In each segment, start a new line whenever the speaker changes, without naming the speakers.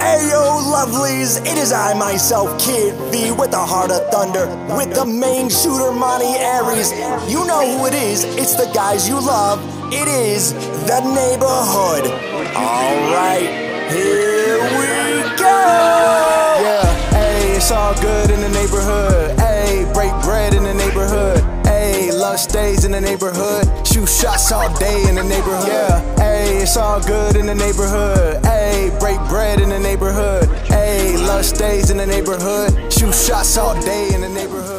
Heyo, lovelies! It is I myself, Kid V, with the heart of thunder, with the main shooter, Monty Aries. You know who it is. It's the guys you love. It is the neighborhood. All right, here we go.
Yeah, ayy, it's all good in the neighborhood. Ayy, break bread in the neighborhood. Ayy, lunch days in the neighborhood. Shoot shots all day in the neighborhood. Yeah, ayy, it's all good in the neighborhood. Ayy, break bread in the neighborhood. Ayy, lunch days in the neighborhood. Shoot shots all day in the neighborhood.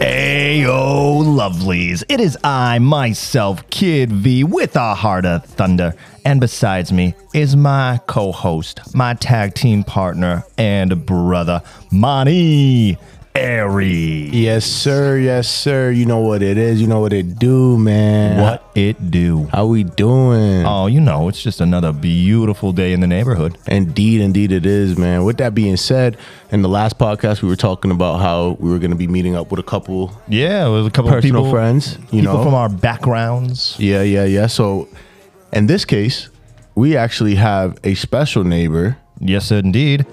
Ayo, lovelies. It is I, myself, Kid V, with a heart of thunder. And besides me is my co host, my tag team partner, and brother, Monty Airy.
Yes, sir. Yes, sir. You know what it is. You know what it do, man.
What it do?
How we doing?
Oh, you know, it's just another beautiful day in the neighborhood.
Indeed, indeed, it is, man. With that being said, in the last podcast, we were talking about how we were going to be meeting up with a couple
Yeah, with a couple of
personal
people,
friends. You
people
know,
from our backgrounds.
yeah, yeah, yeah. So, in this case, we actually have a special neighbor.
Yes, indeed.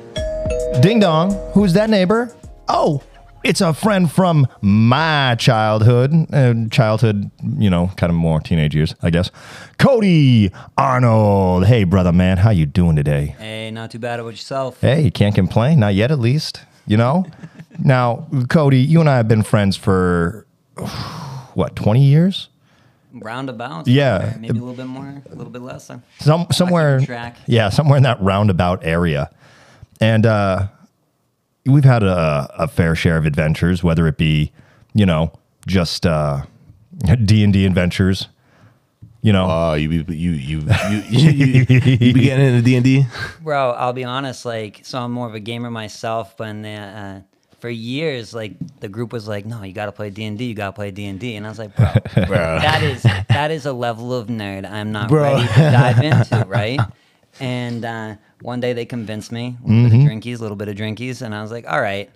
Ding dong, who's that neighbor? Oh, it's a friend from my childhood, uh, childhood, you know, kind of more teenage years, I guess. Cody Arnold. Hey, brother, man, how you doing today?
Hey, not too bad about yourself.
Hey, you can't complain, not yet, at least. You know. now, Cody, you and I have been friends for what, twenty years?
Roundabout.
Yeah.
Maybe a little bit more, a little bit less. uh,
some somewhere
track.
yeah somewhere in that roundabout area and uh we've had a, a fair share of adventures whether it be you know just uh d&d adventures you know
Uh, you be you you you you, you, you be getting into D and D.
Bro, I'll be honest. Like, so I'm more of a gamer myself, but in the, uh, for years, like the group was like, "No, you got to play D and D. You got to play D and D." And I was like, "Bro, that is that is a level of nerd I'm not
Bro.
ready to dive into." Right? And uh, one day they convinced me, a little
Mm-hmm.
bit of drinkies, a little bit of drinkies, and I was like, "All right."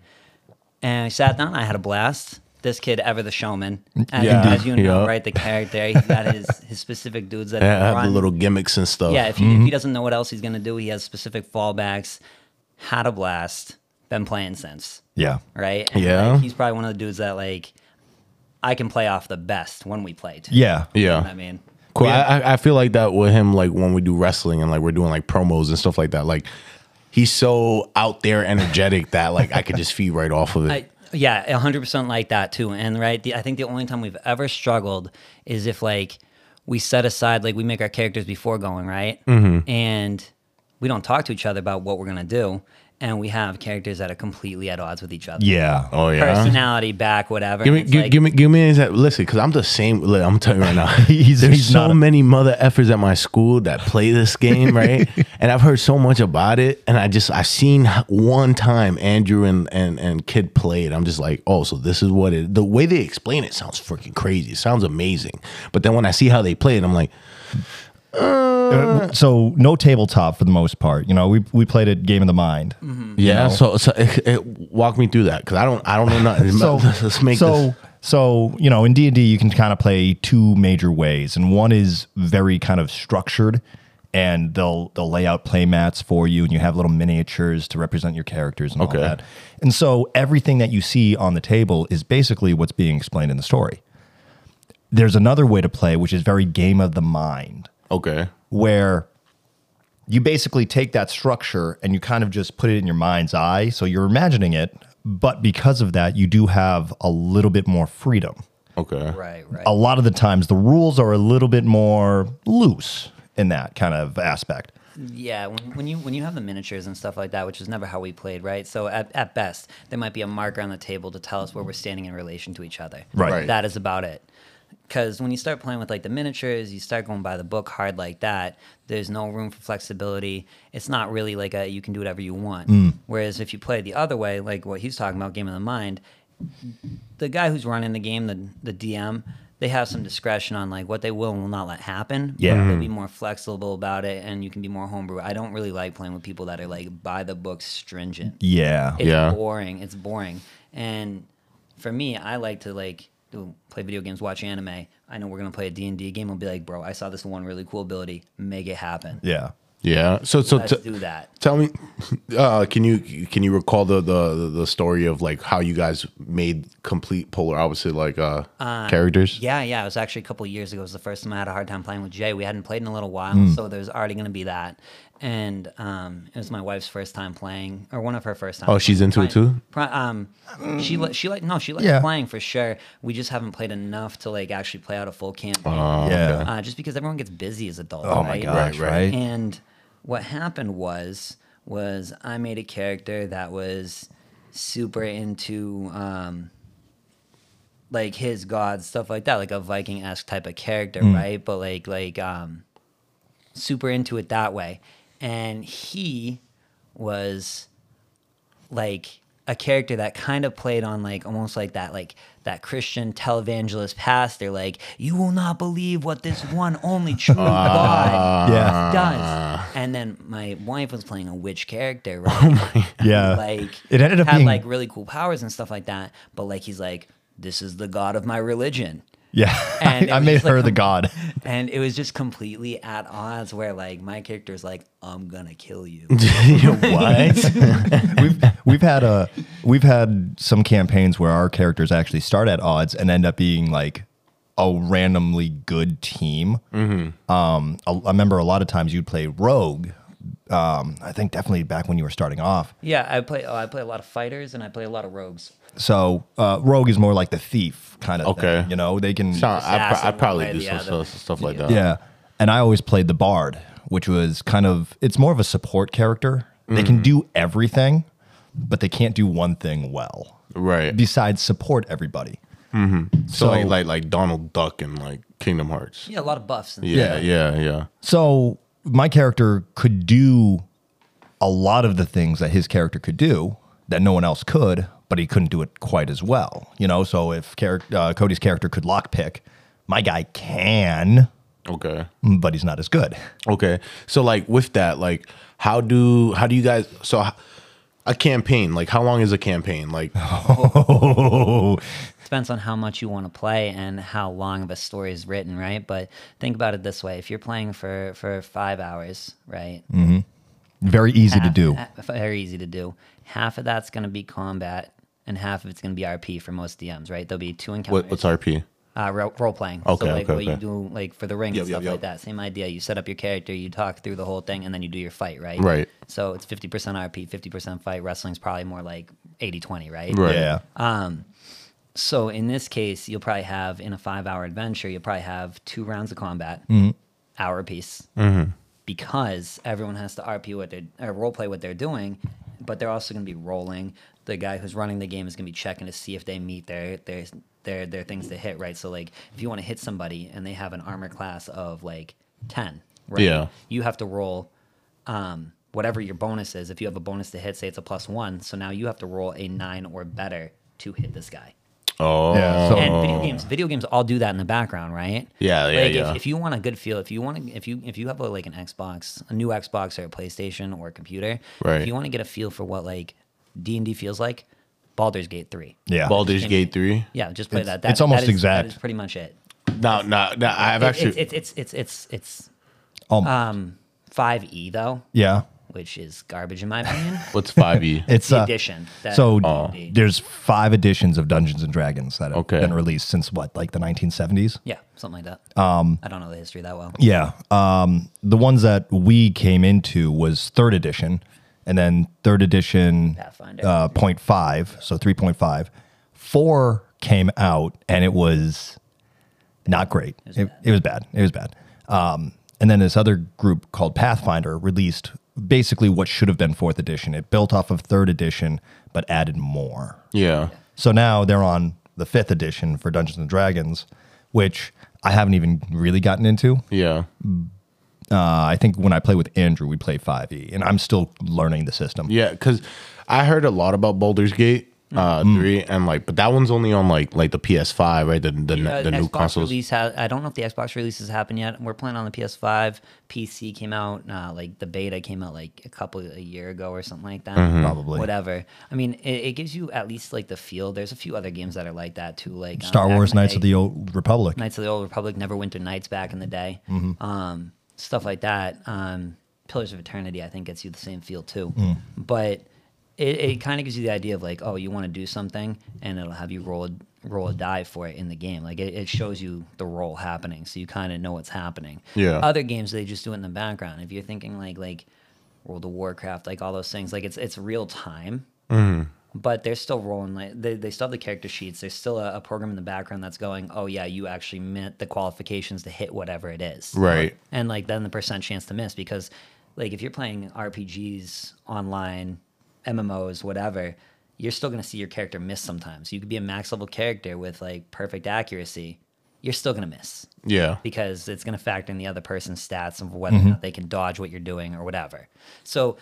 And I sat down. I had a blast. This kid, ever the showman, as,
Yeah.
as you know,
Yeah.
right? The character, he's got his his specific dudes that
I have the
run
little mm-hmm. gimmicks and stuff.
yeah, if he, if he doesn't know what else he's going to do, he has specific fallbacks. Had a blast. Been playing since,
yeah
right? And,
Yeah.
like, he's probably one of the dudes that, like, I can play off the best when we played.
yeah
yeah.
I mean,
Cool. I I, I feel like that with him, like when we do wrestling and like we're doing like promos and stuff like that. Like he's so out there, energetic that like I could just feed right off of it.
I, yeah, 100% like that, too. And, right, the, I think the only time we've ever struggled is if, like, we set aside, like, we make our characters before going, right?
Mm-hmm.
And we don't talk to each other about what we're going to do. And we have characters that are completely at odds with each other.
yeah
oh yeah.
Personality back, whatever.
Give me,
and it's
give,
like-
give me, give me. That, listen, because I'm the same. Look, I'm telling you right now.
He's-
there's
he's
so
not a-
many mother effers at my school that play this game, right? and I've heard so much about it, and I just I've seen one time Andrew and and and Kid play it. I'm just like, oh, so this is what it. The way they explain it sounds freaking crazy. It sounds amazing, but then when I see how they play it, I'm like,
Uh, so no tabletop for the most part you know we we played a game of the mind
yeah. So, so it, it- walk me through that because I don't I don't know nothing.
so
let's, let's make
so
this.
so you know in d&d you can kind of play two major ways and one is very kind of structured and they'll they'll lay out play mats for you and you have little miniatures to represent your characters and
Okay.
all that and so everything that you see on the table is basically what's being explained in the story there's another way to play which is very game of the mind
Okay.
where you basically take that structure and you kind of just put it in your mind's eye. So you're imagining it, but because of that, you do have a little bit more freedom.
Okay.
Right, right.
A lot of the times, the rules are a little bit more loose in that kind of aspect.
Yeah, when, when you when you have the miniatures and stuff like that, which is never how we played, right? So at, at best, there might be a marker on the table to tell us where we're standing in relation to each other.
Right. Right.
That is about it. Because when you start playing with like the miniatures, you start going by the book hard like that. There's no room for flexibility. It's not really like a you can do whatever you want. Whereas if you play the other way, like what he's talking about, game of the mind, the guy who's running the game, the the DM, they have some discretion on like what they will and will not let happen.
Yeah.
But they'll be more flexible about it, and you can be more homebrew. I don't really like playing with people that are like by the book stringent.
Yeah.
It's
Yeah.
boring. It's boring. And for me, I like to like do- play video games, watch anime. I know we're gonna play a D and D game. I'll be like, bro, I saw this one really cool ability. Make it happen.
Yeah.
Yeah. So so
Let's
t-
do that.
tell me, uh, can you can you recall the, the the story of like how you guys made complete polar opposite like uh, characters?
Yeah, yeah. It was actually a couple of years ago. It was the first time I had a hard time playing with Jay. We hadn't played in a little while,
Hmm.
so there's already going to be that. And um, it was my wife's first time playing, or one of her first times.
Oh, she's into it too?
Pri- um, she li- she like no, she likes
Yeah.
playing for sure. We just haven't played enough to like actually play out a full campaign.
Oh,
yeah.
Uh, just because everyone gets busy as adults.
Oh
right?
my gosh,
Right,
right?
right.
And what happened was was I made a character that was super into um like his gods, stuff like that, like a Viking esque type of character,
Hmm.
right? But like like um super into it that way. And he was like a character that kind of played on like almost like that like that Christian televangelist pastor, like you will not believe what this one only true
Ah.
God
Yeah.
does.
Uh.
And then my wife was playing a witch character, right?
Oh Yeah.
like
It ended up
had
being-
like really cool powers and stuff like that. But like he's like, this is the God of my religion.
yeah.
And it
I, I
was
made
just like
her the
a-
god.
And it was just completely at odds where like my character's like, I'm gonna kill you.
what? we've we've had a we've had some campaigns where our characters actually start at odds and end up being like a randomly good team. Um, I, I remember a lot of times you'd play rogue. Um, I think definitely back when you were starting off.
yeah, I play oh, I play a lot of fighters and I play a lot of rogues.
So uh, rogue is more like the thief kind of
Okay.
thing. You know, they can
So, I,
Assassin
pro- I
one
probably
way or
do
the
some
other.
stuff, stuff like that.
Yeah. And I always played the bard, which was kind of it's more of a support character. They can do everything, but they can't do one thing well.
Right.
Besides support everybody.
Mm-hmm. so, like, like like Donald Duck and like Kingdom Hearts.
Yeah, a lot of buffs and
Yeah, yeah, yeah.
So my character could do a lot of the things that his character could do that no one else could, but he couldn't do it quite as well. You know, so if char- uh, Cody's character could lockpick, my guy can,
Okay.
but he's not as good.
Okay. So like with that, like how do how do you guys so h- a campaign, like how long is a campaign? Like
Oh,
depends on how much you want to play and how long of a story is written, right? But think about it this way: if you're playing for for five hours, right?
very easy to
Half-
do.
ha- very easy to do. Half of that's going to be combat, and half of it's going to be RP for most DMs, right? There'll be two encounters.
what, what's RP?
uh, ro- role playing?
Okay,
so like
okay,
what you
okay.
do, like for the ring
Yep,
and
yep,
stuff
yep.
like that. Same idea. You set up your character, you talk through the whole thing, and then you do your fight, right?
Right.
So it's fifty percent RP, fifty percent fight. Wrestling's probably more like 80-20, right?
Right.
Yeah.
uh, So in this case, you'll probably have in a five-hour adventure, you'll probably have two rounds of combat, hour apiece, because everyone has to RP what they or role play what they're doing, but they're also going to be rolling. The guy who's running the game is going to be checking to see if they meet their their their their things to hit. Right. So like, if you want to hit somebody and they have an armor class of like ten, right?
Yeah.
you have to roll um, whatever your bonus is. If you have a bonus to hit, say it's a plus one, so now you have to roll a nine or better to hit this guy.
Oh.
Yeah, so-
And video games, video games all do that in the background, right?
Yeah, yeah,
like
yeah.
If, if you want a good feel, if you want to, if you if you have a, like an Xbox, a new Xbox or a PlayStation or a computer,
Right.
If you want to get a feel for what like D and D feels like, Baldur's Gate three.
yeah.
Baldur's
Same
Gate
thing.
3.
Yeah, just play that. that.
it's almost
that is,
exact.
That is pretty much it.
No, no, no. I've
It-
actually
it's it's it's it's it's
Almost.
uh, five E though,
Um, yeah.
which is garbage in my opinion.
what's E? 5e?
It's
the
uh,
edition. That
So Oh.
D&D.
there's five editions of Dungeons and Dragons that have
Okay.
been released since what, like the 1970s?
yeah, something like that. Um, I don't know the history that well.
Yeah. Um, the ones that we came into was third edition, and then third edition
Pathfinder.
uh, 0.5, so 3.5. Four came out, and it was not great. It was, it, bad. it was bad. It was bad. Um, and then this other group called Pathfinder released basically what should have been fourth edition. It built off of third edition, but added more.
Yeah.
So now they're on the fifth edition for Dungeons and Dragons, which I haven't even really gotten into.
Yeah.
Uh, I think when I play with Andrew, we play 5e, and I'm still learning the system.
Yeah, cuz I heard a lot about Baldur's Gate uh
Mm.
3 and like but that one's only on like like the PS5, right? The the,
Uh,
the new
Xbox
consoles.
Release ha- I don't know if the Xbox release has happened yet. We're playing on the PS5. PC came out uh, like the beta came out like a couple a year ago or something like that.
Mm-hmm.
Probably.
whatever. I mean, it, it gives you at least like the feel. There's a few other games that are like that too, like um,
Star
back
Wars
in
Knights of
day-
the Old Republic.
Knights of the Old Republic, Neverwinter Nights back in the day, um, stuff like that. Um, Pillars of Eternity, I think, gets you the same feel too. But it, it kind of gives you the idea of like, oh, you want to do something, and it'll have you roll a, roll a die for it in the game. Like it, it shows you the roll happening, so you kind of know what's happening.
Yeah.
Other games they just do it in the background. If you're thinking like like World of Warcraft, like all those things, like it's it's real time but they're still rolling like they, they still have the character sheets there's still a, a program in the background that's going oh yeah you actually met the qualifications to hit whatever it is
Right.
and like then the percent chance to miss because like if you're playing rpgs online mmos whatever you're still going to see your character miss sometimes you could be a max level character with like perfect accuracy you're still going to miss
Yeah.
because it's going to factor in the other person's stats of whether or not they can dodge what you're doing or whatever. So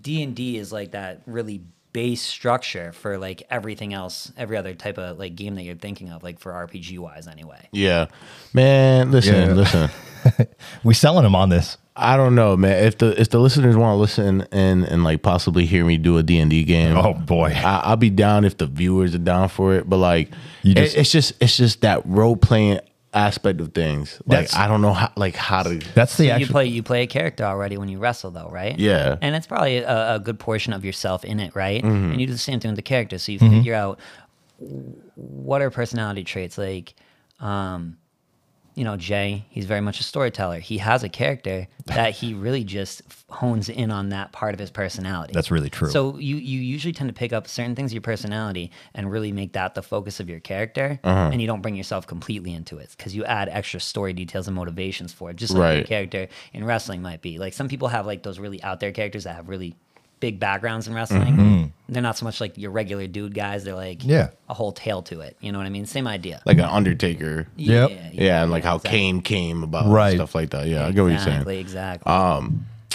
D&D is like that really base structure for like everything else, every other type of like game that you're thinking of like for RPG wise anyway.
Yeah. Man, listen,
Yeah.
listen.
We selling them on this.
I don't know, man. If the if the listeners want to listen and and like possibly hear me do a D and D game,
Oh, boy.
I, I'll be down if the viewers are down for it. But like,
You
it-
just-
it's just it's just that role playing aspect of things. Like
That's-
I don't know how like how to.
That's the
you
actual.
play you play a character already when you wrestle though, right?
Yeah.
And it's probably a, a good portion of yourself in it, right?
Mm-hmm.
And you do the same thing with the character, so you figure out w- what are personality traits like. Um, you know, Jay, he's very much a storyteller. He has a character that he really just f- hones in on that part of his personality.
That's really true.
So you you usually tend to pick up certain things of your personality and really make that the focus of your character,
Uh-huh.
and you don't bring yourself completely into it because you add extra story details and motivations for it. Just like your
Right.
character in wrestling might be like some people have like those really out there characters that have really big backgrounds in wrestling.
Mm-hmm.
They're not so much like your regular dude guys. They're like
Yeah.
a whole tale to it. You know what I mean? Same idea.
like an Undertaker. Yeah,
Yep.
and like how
exactly.
Kane came about,
Right.
and stuff like that. Yeah, I get what you're saying.
Exactly, exactly.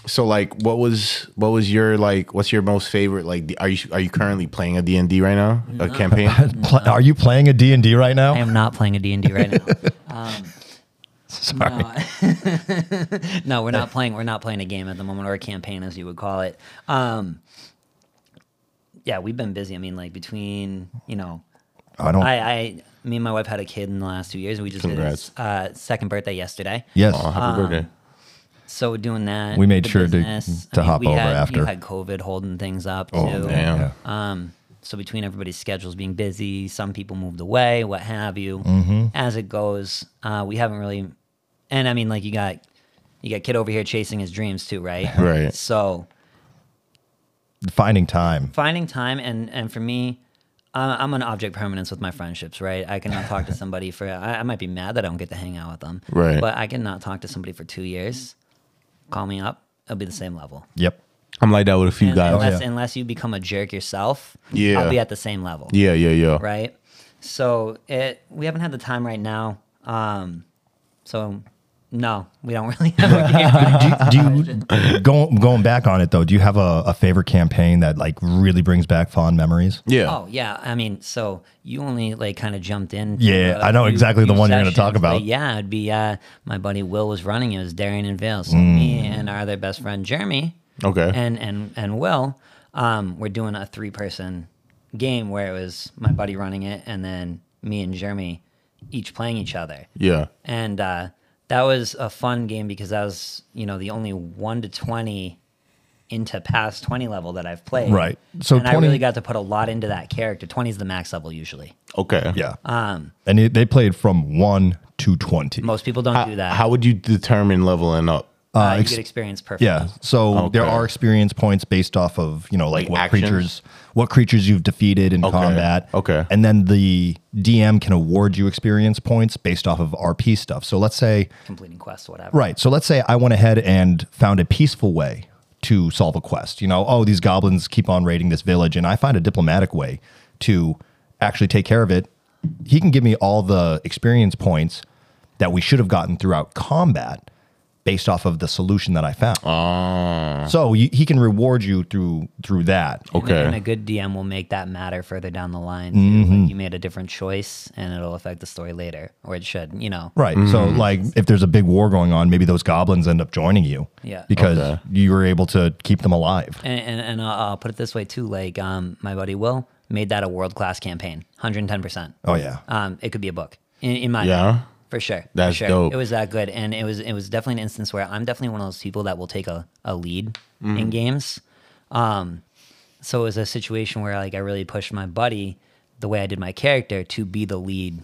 So like, what was what was your like? What's your most favorite? Like, the- are you are you currently playing a D and D right now? A campaign?
Pl- Are you playing a D&D right now?
I am not playing a D&D right now. Um,
Sorry.
no, we're not playing. We're not playing a game at the moment, or a campaign, as you would call it. Um, yeah, we've been busy. I mean, like between you know,
I don't.
I, I, me and my wife had a kid in the last two years, and we just
Congrats.
did his uh, second birthday yesterday.
yes.
Oh,
Uh,
happy birthday!
So doing that,
We made
the
sure to-
business,
to hop
we
over
had,
after.
You had COVID holding things up.
Oh
too.
damn!
Yeah.
Um, so between everybody's schedules being busy, some people moved away, what have you.
Mm-hmm.
As it goes, uh, we haven't really, and I mean, like you got you got kid over here chasing his dreams too, right?
Right.
So
Finding time.
finding time and and for me. I- I'm an object permanence with my friendships, right? I cannot talk to somebody for. I, I might be mad that I don't get to hang out with them,
Right.
But I cannot talk to somebody for two years. Call me up; it'll be the same level.
Yep.
I'm like that with a few
And
guys.
unless
yeah.
unless you become a jerk yourself,
Yeah.
I'll be at the same level.
Yeah, yeah, yeah.
right? So it we haven't had the time right now. Um, so no, we don't really have a game.
Do, do you go, going back on it though? Do you have a, a favorite campaign that like really brings back fond memories?
Yeah.
Oh yeah, I mean, so you only like kind of jumped in.
Yeah, I know exactly the one you're gonna talk about.
yeah, it'd be uh, my buddy Will was running. It was Darian and Vale. So me
Mm.
and our other best friend Jeremy.
Okay.
Oh. And and and Will, um, we're doing a three person game where it was my buddy running it, and then me and Jeremy each playing each other.
yeah.
and uh, that was a fun game because that was you know the only one to twenty into past twenty level that I've played.
Right. So
and I
20
really got to put a lot into that character. Twenty is the max level usually.
Okay.
Yeah.
Um,
and it, they played from one to twenty.
Most people don't do that.
How would you determine leveling up?
uh, you
ex-
get experience perfect.
Yeah. So there
Okay.
are experience points based off of, you know, like,
Like
what
actions?
creatures what creatures you've defeated in combat.
Okay.
And then the DM can award you experience points based off of RP stuff. So let's say
Completing quests, whatever.
right. So let's say I went ahead and found a peaceful way to solve a quest. You know, oh, these goblins keep on raiding this village and I find a diplomatic way to actually take care of it. He can give me all the experience points that we should have gotten throughout combat based off of the solution that I found. So you, he can reward you through through that.
And a-
Okay.
And a good DM will make that matter further down the line. too.
Mm-hmm.
Like you made a different choice, and it'll affect the story later, or it should. You know.
Right. So like if there's a big war going on, maybe those goblins end up joining you.
Yeah.
Because you were able to keep them alive.
And and, and I'll, I'll put it this way too. Like um, my buddy Will made that a world class campaign, hundred and ten percent.
Oh yeah.
Um, it could be a book. In, in my
Yeah.
for sure. for
That's
sure.
dope.
It was that good, and it was it was definitely an instance where I'm definitely one of those people that will take a, a lead
Mm-hmm.
in games. Um, so it was a situation where like I really pushed my buddy the way I did my character to be the lead,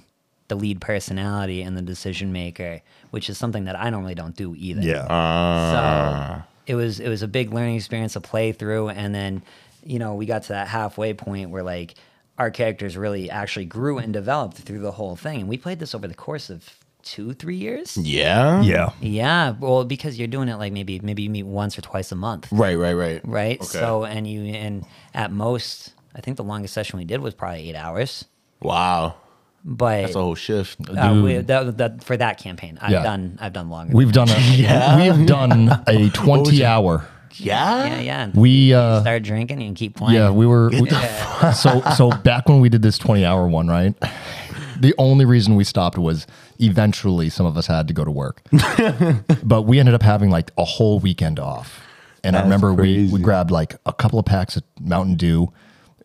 the lead personality and the decision maker, which is something that I normally don't do either.
Yeah.
So
Ah.
it was it was a big learning experience to play through, and then you know we got to that halfway point where like our characters really actually grew and developed through the whole thing, and we played this over the course of two three years.
Yeah.
yeah.
Yeah, well, because you're doing it like maybe maybe you meet once or twice a month,
Right. Right. Right.
right?
Okay.
So and you and at most, I think the longest session we did was probably eight hours,
Wow.
but.
That's a whole shift.
uh, we, that, that, for that campaign, I've
Yeah.
done. I've done longer.
We've done a we've done a twenty hour.
Yeah.
yeah, yeah. and
We uh
start drinking and keep playing.
yeah, we were we- so so back when we did this twenty hour one, right? The only reason we stopped was eventually some of us had to go to work. but we ended up having like a whole weekend off. And I remember we, we
crazy.
grabbed like a couple of packs of Mountain Dew.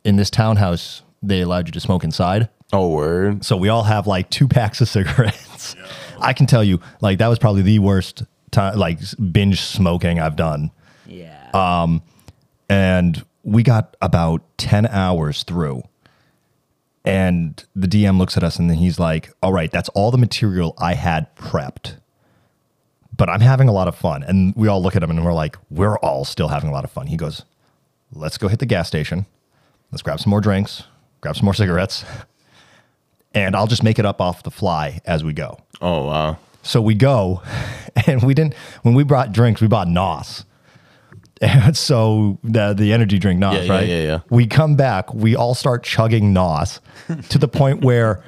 In this townhouse, they allowed you to smoke inside.
Oh, word.
So we all have like two packs of cigarettes. I can tell you, like that was probably the worst time, like s- binge smoking I've done.
yeah.
And we got about ten hours through, and the DM looks at us and then he's like, "All right, that's all the material I had prepped." But I'm having a lot of fun. And we all look at him and we're like, we're all still having a lot of fun. He goes, let's go hit the gas station. Let's grab some more drinks, grab some more cigarettes, and I'll just make it up off the fly as we go.
Oh, wow.
So we go, and we didn't. When we brought drinks, we bought Nos. And so the the energy drink Nos,
Yeah, yeah,
right?
yeah, yeah.
We come back. We all start chugging Nos to the point where,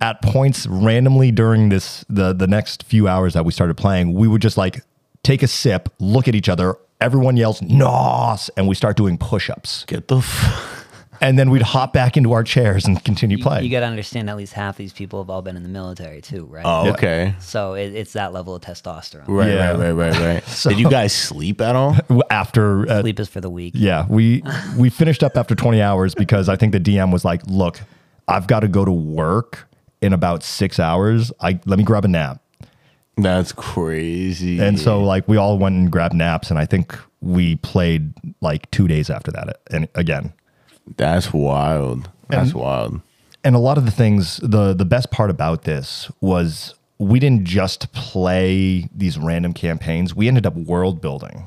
at points randomly during this the the next few hours that we started playing, we would just like take a sip, look at each other. Everyone yells Nos, and we start doing push ups.
Get the. F-
And then we'd hop back into our chairs and continue
You-
playing.
You got to understand at least half these people have all been in the military too, right?
oh, okay.
So it, it's that level of testosterone.
Right,
Yeah.
right, right, right, right. Did you guys sleep at all?
After uh,
Sleep is for the weak.
Yeah, we we finished up after 20 hours because I think the DM was like, "Look, I've got to go to work in about 6 hours. I let me grab a nap."
That's crazy.
And so like we all went and grabbed naps and I think we played like 2 days after that and again.
that's wild. That's wild.
And a lot of the things the the best part about this was we didn't just play these random campaigns. We ended up world building.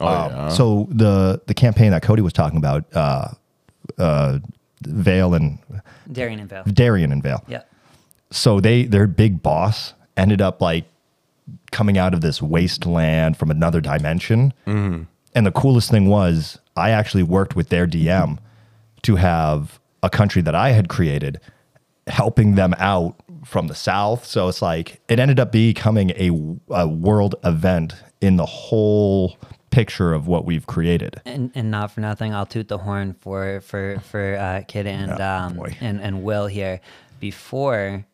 Oh,
Um,
yeah.
So the the campaign that Cody was talking about uh uh Vale and
Darian and Vale.
Darien and Vale.
Yeah.
so they their big boss ended up like coming out of this wasteland from another dimension. And the coolest thing was I actually worked with their DM to have a country that I had created helping them out from the south. So it's like it ended up becoming a, a world event in the whole picture of what we've created.
And, and not for nothing, I'll toot the horn for for for uh, Kid and um
boy.
and, and Will here before,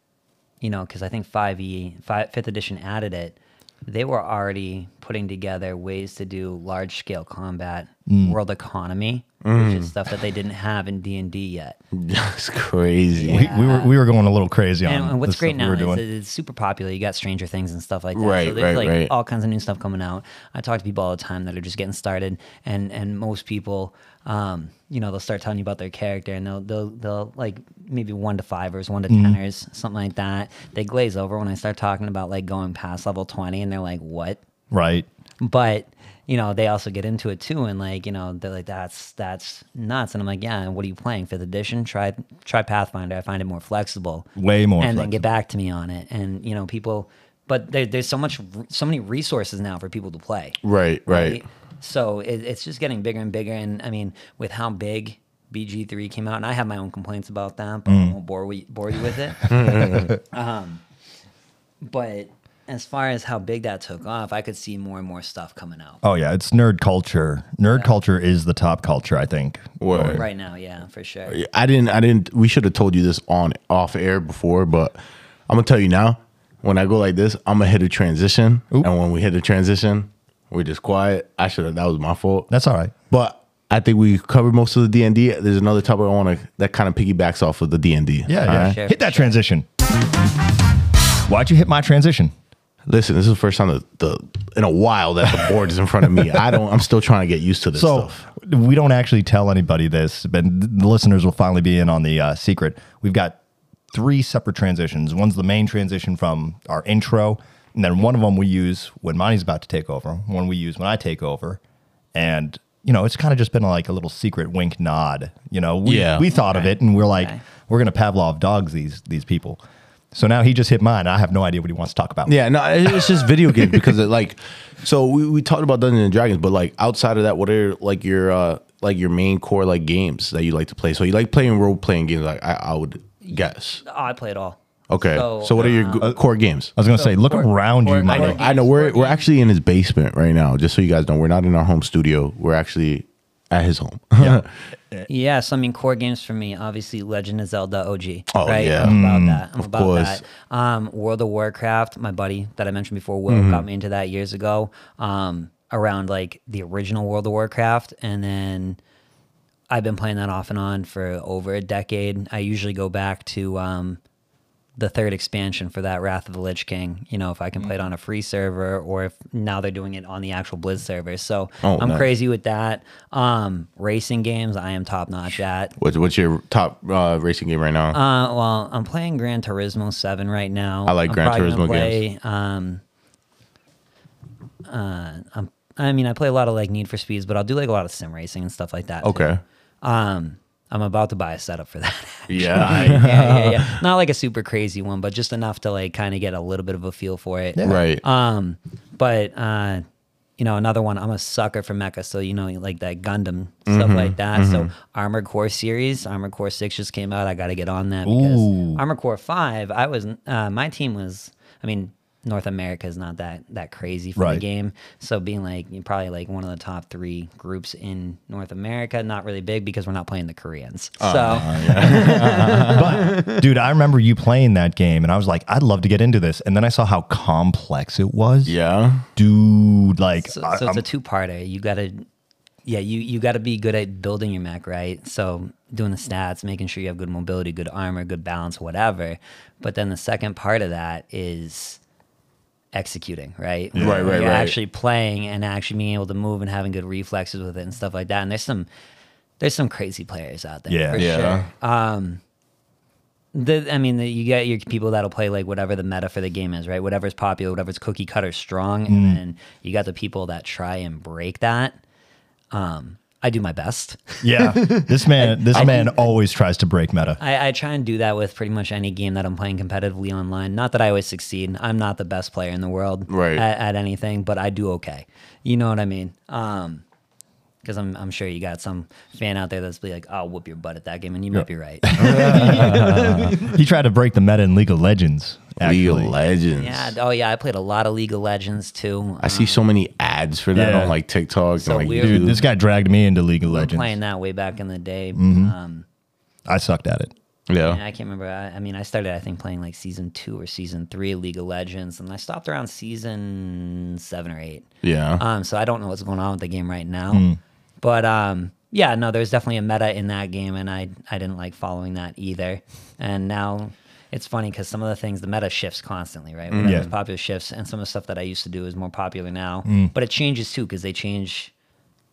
you know, because I think 5e, five, fifth edition added it. They were already putting together ways to do large scale combat, world economy, which is stuff that they didn't have in D and D yet.
That's crazy.
We, we were we were going a little crazy on
And, and what's
the
great
stuff we
now
were
is
doing.
that it's super popular. You got Stranger Things and stuff like that.
Right,
so there's
right,
like
right.
all kinds of new stuff coming out. I talk to people all the time that are just getting started, and and most people, um, you know, they'll start telling you about their character, and they'll they'll they'll like maybe one to fivers, one to
Mm-hmm.
teners, something like that. They glaze over when I start talking about like going past level twenty, and they're like, "What?"
right.
but you know they also get into it too and like you know they're like that's that's nuts and i'm like yeah and what are you playing fifth edition try try pathfinder i find it more flexible
Way more
and then
flexible.
get back to me on it and you know people but there, there's so much so many resources now for people to play
Right, right.
so it, it's just getting bigger and bigger and i mean with how big bg3 came out and i have my own complaints about that but i won't bore, we, bore you with it Um, but as far as how big that took off i could see more and more stuff coming out
Oh yeah, it's nerd culture. Nerd culture is the top culture, I think.
Word.
right now yeah for sure
I didn't. I didn't. We should have told you this on off air before, but I'm gonna tell you now. When I go like this, I'm gonna hit a transition, and when we hit a transition, we're just quiet. I should have. That was my fault.
That's all right.
But I think we covered most of the D and D. There's another topic I want to that kind of piggybacks off of the D and D.
Yeah, yeah.
Sure,
Hit that transition. Why'd you hit my transition?
Listen, this is the first time that the in a while that the board is in front of me. I don't. I'm still trying to get used to this
So
stuff.
we don't actually tell anybody this, but th- the listeners will finally be in on the uh, secret. We've got three separate transitions. One's the main transition from our intro, and then one of them we use when Monty's about to take over. One we use when I take over, and you know it's kind of just been like a little secret wink nod. You know, we
Yeah.
we thought of it, and we're like,
Okay.
we're gonna Pavlov dogs these these people. So now he just hit mine. and I have no idea what he wants to talk about.
Yeah, no, it- it's just video games because it like so we, we talked about Dungeons and Dragons, but like outside of that, what are like your uh like your main core like games that you like to play? So you like playing role playing games, like I, I would guess.
Oh, I play it all.
Okay. So, what are your
uh,
g core games?
I was gonna say, look around you,
or-
Monty.
I
I know we're we're actually in his basement right now, just so you guys know. We're not in our home studio. We're actually at his home.
Yes, I mean core games for me, obviously Legend of Zelda OG.
Oh,
right?
yeah.
I'm about that. I'm
of
about
course.
that. Um, World of Warcraft, my buddy that I mentioned before, Will got me into that years ago. Um, around like the original World of Warcraft, and then I've been playing that off and on for over a decade. I usually go back to um, the third expansion for that Wrath of the Lich King. You know, if I can
Mm-hmm.
play it on a free server, or if now they're doing it on the actual Blizz server. So
Oh,
I'm
nice.
crazy with that. Um, racing games, I am top notch at.
What's what's your top uh, racing game right now?
Uh, well, I'm playing Gran Turismo Seven right now.
I like
I'm
Gran
probably gonna
Turismo
play,
games.
Um, uh, I'm, I mean, I play a lot of like Need for Speeds, but I'll do like a lot of sim racing and stuff like that. too.
okay.
Um, I'm about to buy a setup for that.
Yeah.
yeah, yeah, yeah. Not like a super crazy one, but just enough to like kind of get a little bit of a feel for it.
Right.
Um, but uh, you know, another one. I'm a sucker for mecha, so you know, like that Gundam stuff like that. So Armored Core series, Armored Core Six just came out. I got to get on that because
Ooh.
Armored Core Five. I was uh, my team was. I mean. North America is not that that crazy for
Right.
the game, so being like you're probably like one of the top three groups in North America, not really big because we're not playing the Koreans. so
But dude, I remember you playing that game and I was like, I'd love to get into this. And then I saw how complex it was.
yeah.
Dude, like
So,
I-
so it's
I'm-
a two-parter. You gotta, yeah, you you gotta be good at building your mech, right? So doing the stats, making sure you have good mobility, good armor, good balance, whatever. But then the second part of that is executing, right? When
Right, right,
You're
right.
actually playing and actually being able to move and having good reflexes with it and stuff like that. And there's some there's some crazy players out there.
Yeah.
for
Yeah.
sure the I mean, the, you get your people that'll play like whatever the meta for the game is, right? Whatever's popular, whatever's cookie cutter strong,
Mm.
and then you got the people that try and break that. Um, I do my best.
yeah. This man this man always tries to break meta.
I, I try and do that with pretty much any game that I'm playing competitively online. Not that I always succeed. I'm not the best player in the world
Right.
at, at anything, but I do okay. You know what I mean? Um, because I'm, I'm sure you got some fan out there that's be like, I'll whoop your butt at that game, and you might be right.
He tried to break the meta in League of Legends. Actually.
League of Legends.
yeah. Oh yeah, I played a lot of League of Legends too.
I see so many ads for that
Yeah.
on like TikTok
So
and like
weird.
YouTube.
Dude, this guy dragged me into League of
were playing
Legends.
that way back in the day. Um,
I sucked at it.
yeah.
and I can't remember. I, I mean, I started, I think, playing like season two or season three of League of Legends, and I stopped around season seven or eight.
Yeah.
Um, so I don't know what's going on with the game right now.
Hmm.
But um, yeah, no, there's definitely a meta in that game, and I I didn't like following that either. And now it's funny because some of the things the meta shifts constantly, right? Whenever
Yeah.
it's popular shifts, and some of the stuff that I used to do is more popular now.
Hmm.
But it changes too because they change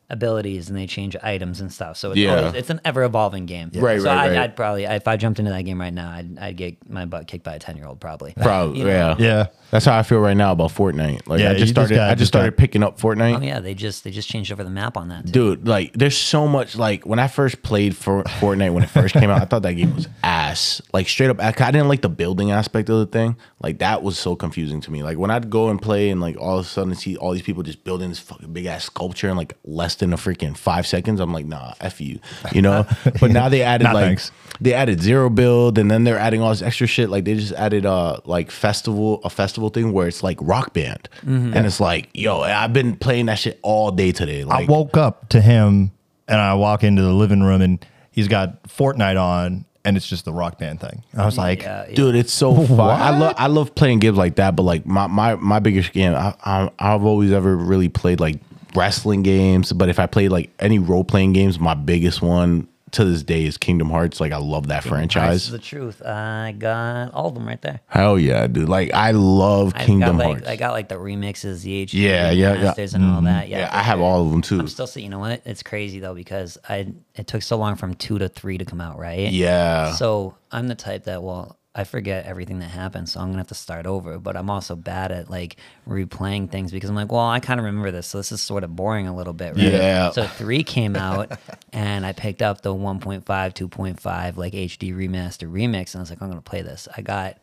abilities and they change items and stuff. So it's,
Yeah.
always, it's an ever evolving game.
Right,
so
right,
I'd,
right.
I'd probably if I jumped into that game right now, I'd, I'd get my butt kicked by a ten year old probably.
Probably, yeah.
Yeah.
That's how I feel right now about Fortnite. Like
Yeah,
I
you
just
just
started,
got-
I just
just got-
started picking up Fortnite.
Oh yeah, they just they just changed over the map on that. Too.
Dude, like there's so much. Like when I first played for Fortnite when it first came out, I thought that game was ass. Like straight up, I I didn't like the building aspect of the thing. Like that was so confusing to me. Like when I'd go and play and like all of a sudden see all these people just building this fucking big ass sculpture in like less than a freaking five seconds, I'm like, nah, f you, you know. But now they added
Nah,
like
thanks.
they added zero build and then they're adding all this extra shit like they just added uh like festival a festival thing where it's like rock band
Mm-hmm.
and it's like yo i've been playing that shit all day today
I
like
woke up to him and I walk into the living room and he's got Fortnite on and it's just the rock band thing. And I was like,
Uh, Yeah, yeah.
dude it's so fun i love i love playing games like that but like my my, my biggest game I, I i've always ever really played like wrestling games but if i played like any role-playing games my biggest one to this day is Kingdom Hearts. Like I love that
This is
franchise.
the truth. I got all of them right there.
Hell yeah, dude! Like I love
I
Kingdom
got like
Hearts.
I got like the remixes, the HD
Yeah, yeah, yeah. Mm-hmm.
remasters and all that. Yeah,
yeah, I have all of them too.
I'm still saying, you know what? It's crazy though because I it took so long from two to three to come out, right?
yeah,
So I'm the type that well, I forget everything that happened, so I'm gonna have to start over. But I'm also bad at like replaying things because I'm like, well, I kind of remember this, so this is sort of boring a little bit, right?
Yeah.
So three came out, and I picked up the 1.5, 2.5 like HD remaster remix, and I was like, I'm gonna play this. I got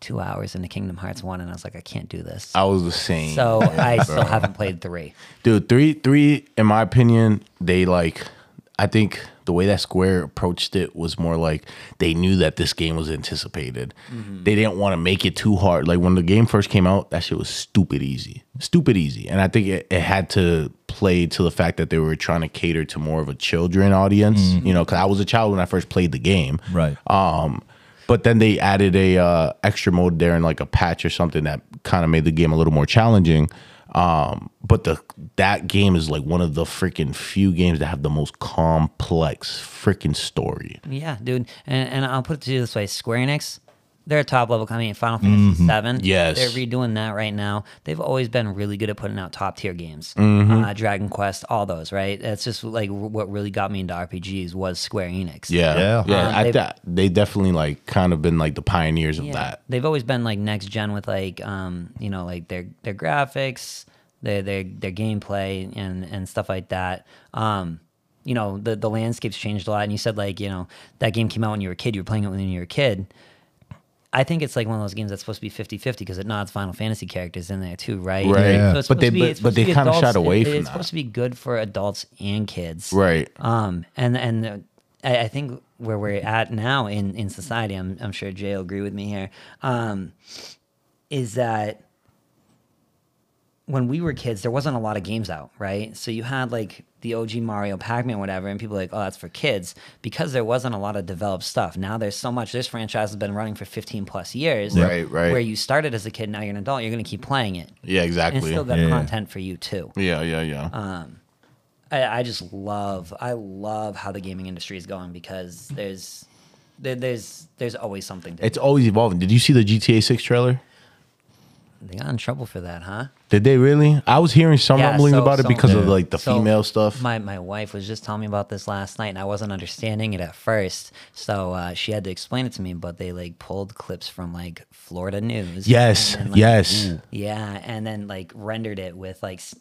two hours into Kingdom Hearts one, and I was like, I can't do this.
I was the same.
so I still haven't played three.
dude three three in my opinion they like i think the way that square approached it was more like they knew that this game was anticipated they didn't want to make it too hard like when the game first came out that shit was stupid easy stupid easy and i think it, it had to play to the fact that they were trying to cater to more of a children audience you know because i was a child when i first played the game
Right.
um, but then they added a uh, extra mode there and like a patch or something that kind of made the game a little more challenging. Um, but the that game is like one of the freaking few games that have the most complex freaking story.
Yeah, dude. And, and I'll put it to you this way Square Enix, they're a top level company. Final Fantasy Seven,
Mm-hmm. Yes.
They're redoing that right now. They've always been really good at putting out top tier games.
Mm-hmm.
Uh, Dragon Quest, all those, right? That's just like w- what really got me into RPGs was Square Enix.
Yeah,
Yeah.
yeah.
Um,
I
they-
thought they definitely like kind of been like the pioneers of
Yeah.
that.
They've always been like next gen with like um, you know, like their their graphics, their their their gameplay and and stuff like that. Um you know the, the landscapes changed a lot and you said like you know that game came out when you were a kid you were playing it when you were a kid I think it's like one of those games that's supposed to be 50-50 because it nods Final Fantasy characters in there too, right?
Right. Yeah.
it's
But
supposed
they-
to
but-
it's
but
supposed
they
to be
kinda
adults-
shied away
it-
from
It's
that.
supposed to be good for adults and kids,
Right.
um, and and uh, I, I think where we're at now in in society, I'm I'm sure Jay will agree with me here, um, is that when we were kids, there wasn't a lot of games out, right? So you had like the OG Mario, Pac Man, whatever, and people were like, oh, that's for kids because there wasn't a lot of developed stuff. Now there's so much. This franchise has been running for 15 plus years,
Right, right.
Where you started as a kid, now you're an adult, you're going to keep playing it.
Yeah,
And it's
exactly.
still got
Yeah.
content for you too.
yeah, yeah, yeah.
Uh, I, I just love I love how the gaming industry is going because there's there, there's there's always something to
it's always evolving. Did you see the GTA Six trailer?
they got in trouble for that, huh?
Did they really? I was hearing some
Yeah,
rumbling
so-
about it
so-
because of
Yeah.
like the
So,
female stuff.
My my wife was just telling me about this last night and I wasn't understanding it at first. So uh, she had to explain it to me, but they like pulled clips from like Florida news.
yes,
and then, like,
yes.
Yeah, and then like rendered it with like s-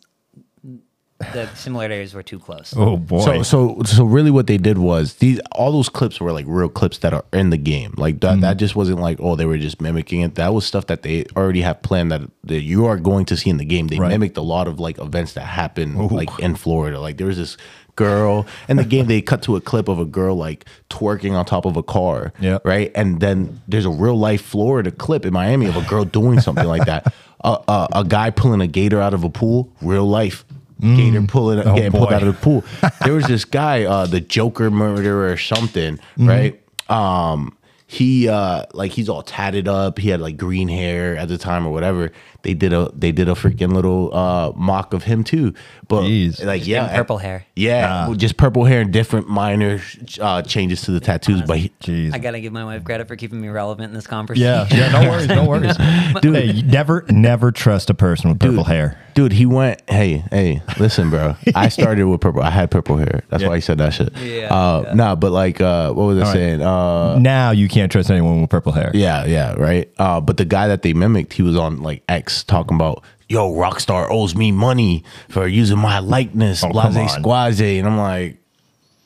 the similarities were too close.
Oh boy.
So so so really what they did was these all those clips were like real clips that are in the game. Like that
Mm-hmm.
that just wasn't like oh they were just mimicking it. That was stuff that they already have planned that, that you are going to see in the game. They mimicked a lot of like events that happen like in Florida. Like there was this girl in the game they cut to a clip of a girl like twerking on top of a car.
Yeah.
Right? And then there's a real life Florida clip in Miami of a girl doing something like that. A, a, a guy pulling a gator out of a pool, real life. Gator pulling getting
Mm. Oh,
pulled
boy.
out of the pool. There was this guy, uh, the Joker murderer or something,
Mm-hmm.
right? Um, he uh, like he's all tatted up. He had like green hair at the time or whatever. They did a they did a freaking little uh mock of him too. But
Jeez.
like yeah,
him purple hair.
Yeah, well, just purple hair and different minor uh, changes to the tattoos. But he,
Ah, Jeez.
I gotta give my wife credit for keeping me relevant in this conversation.
yeah, yeah, no worries, no worries. Dude, hey, you never never trust a person with purple hair.
dude, he went. Hey, hey, listen, bro. I started with purple. I had purple hair. That's why he said that shit.
Yeah,
Uh, Nah, but like, uh, what was I saying? Uh,
now you can't trust anyone with purple hair.
Yeah, yeah, right. Uh, but the guy that they mimicked, he was on like X talking about, yo, Rockstar owes me money for using my likeness,
Oh, come
blase
on.
squaze. And I'm like,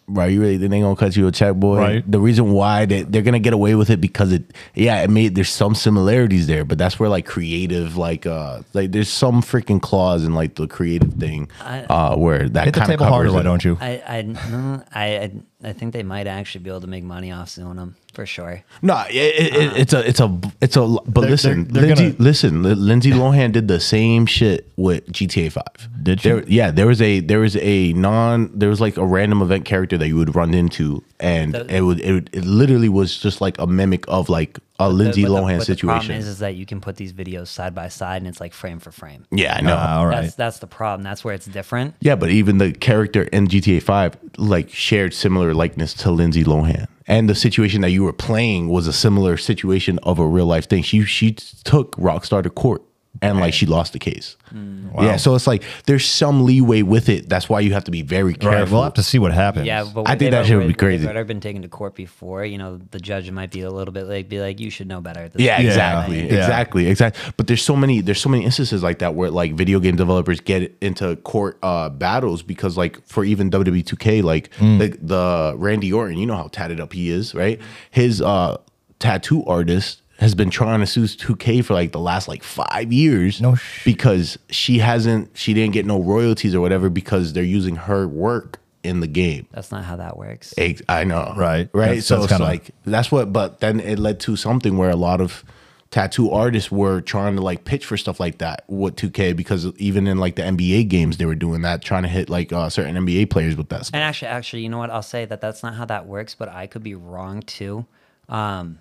bro, you really think they gonna cut you a check, boy?
Right.
The reason why they, they're gonna get away with it because it, yeah, it made there's some similarities there, but that's where like creative, like, uh, like there's some freaking clause in like the creative thing, uh, where that
Hit the
kind of
table harder,
covers
why
it.
don't you?
I I, no, I I I think they might actually be able to make money off Zonum for sure.
No, it, it,
Uh-huh.
it, it's a, it's a, it's a. But
They're-
listen,
they're- they're
Lindsay,
gonna-
listen, Li- Lindsay Lohan did the same shit with GTA Five.
Did she?
There, yeah, there was a, there was a non, there was like a random event character that you would run into, and
The-
it would, it, would- it literally was just like a mimic of like a a Lindsay
but the-
Lohan
but The problem
situation.
is, is that you can put these videos side by side and it's like frame for frame.
yeah, I know.
Ah, all right.
That's that's the problem. That's where it's different.
yeah, but even the character in GTA Five like shared similar likeness to Lindsay Lohan, and the situation that you were playing was a similar situation of a real life thing. She she took Rockstar to court. And like she lost the case,
Mm.
yeah. So it's like there's some leeway with it. That's why you have to be very
All
careful.
right, we'll have to see what happens.
Yeah, but
I
when
think
they've
that shit would
already-
be crazy.
They've already been taken to court before. You know, the judge might be a little bit like, be like, you should know better. At this
Yeah,
point."
exactly,
Yeah.
exactly, exactly. But there's so many there's so many instances like that where like video game developers get into court uh, battles because like for even WWE 2K, like
Mm.
the, the Randy Orton, you know how tatted up he is, right? His uh, tattoo artist has been trying to sue 2K for like the last like five years
No sh-
because she hasn't she didn't get no royalties or whatever because they're using her work in the game.
That's not how that works.
Ex- I know.
Right.
Right.
That's-
so
that's
it's
kinda-
like that's what but then it led to something where a lot of tattoo artists were trying to like pitch for stuff like that with 2K because even in like the NBA games they were doing that trying to hit like uh, certain NBA players with that stuff.
And actually, actually, you know what? I'll say that that's not how that works, but I could be wrong too. Um,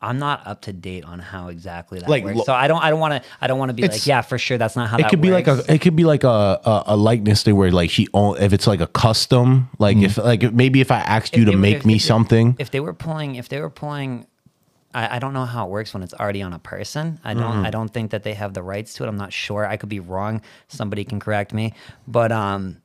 I'm not up to date on how exactly that
Like,
works,
lo-
so I don't. I don't want to. I don't want to be like,
It's-
yeah, for sure. That's not how
it
that
could be like
works."
a it could be like a a, a likeness thing where like she own if it's like a custom like if like if- maybe if I asked you
If
to
they were-
make
if-
me
if they-
something
If they were pulling, if they were pulling, I, I don't know how it works when it's already on a person. I don't.
Mm-hmm.
I don't think that they have the rights to it. I'm not sure. I could be wrong. Somebody can correct me. But um,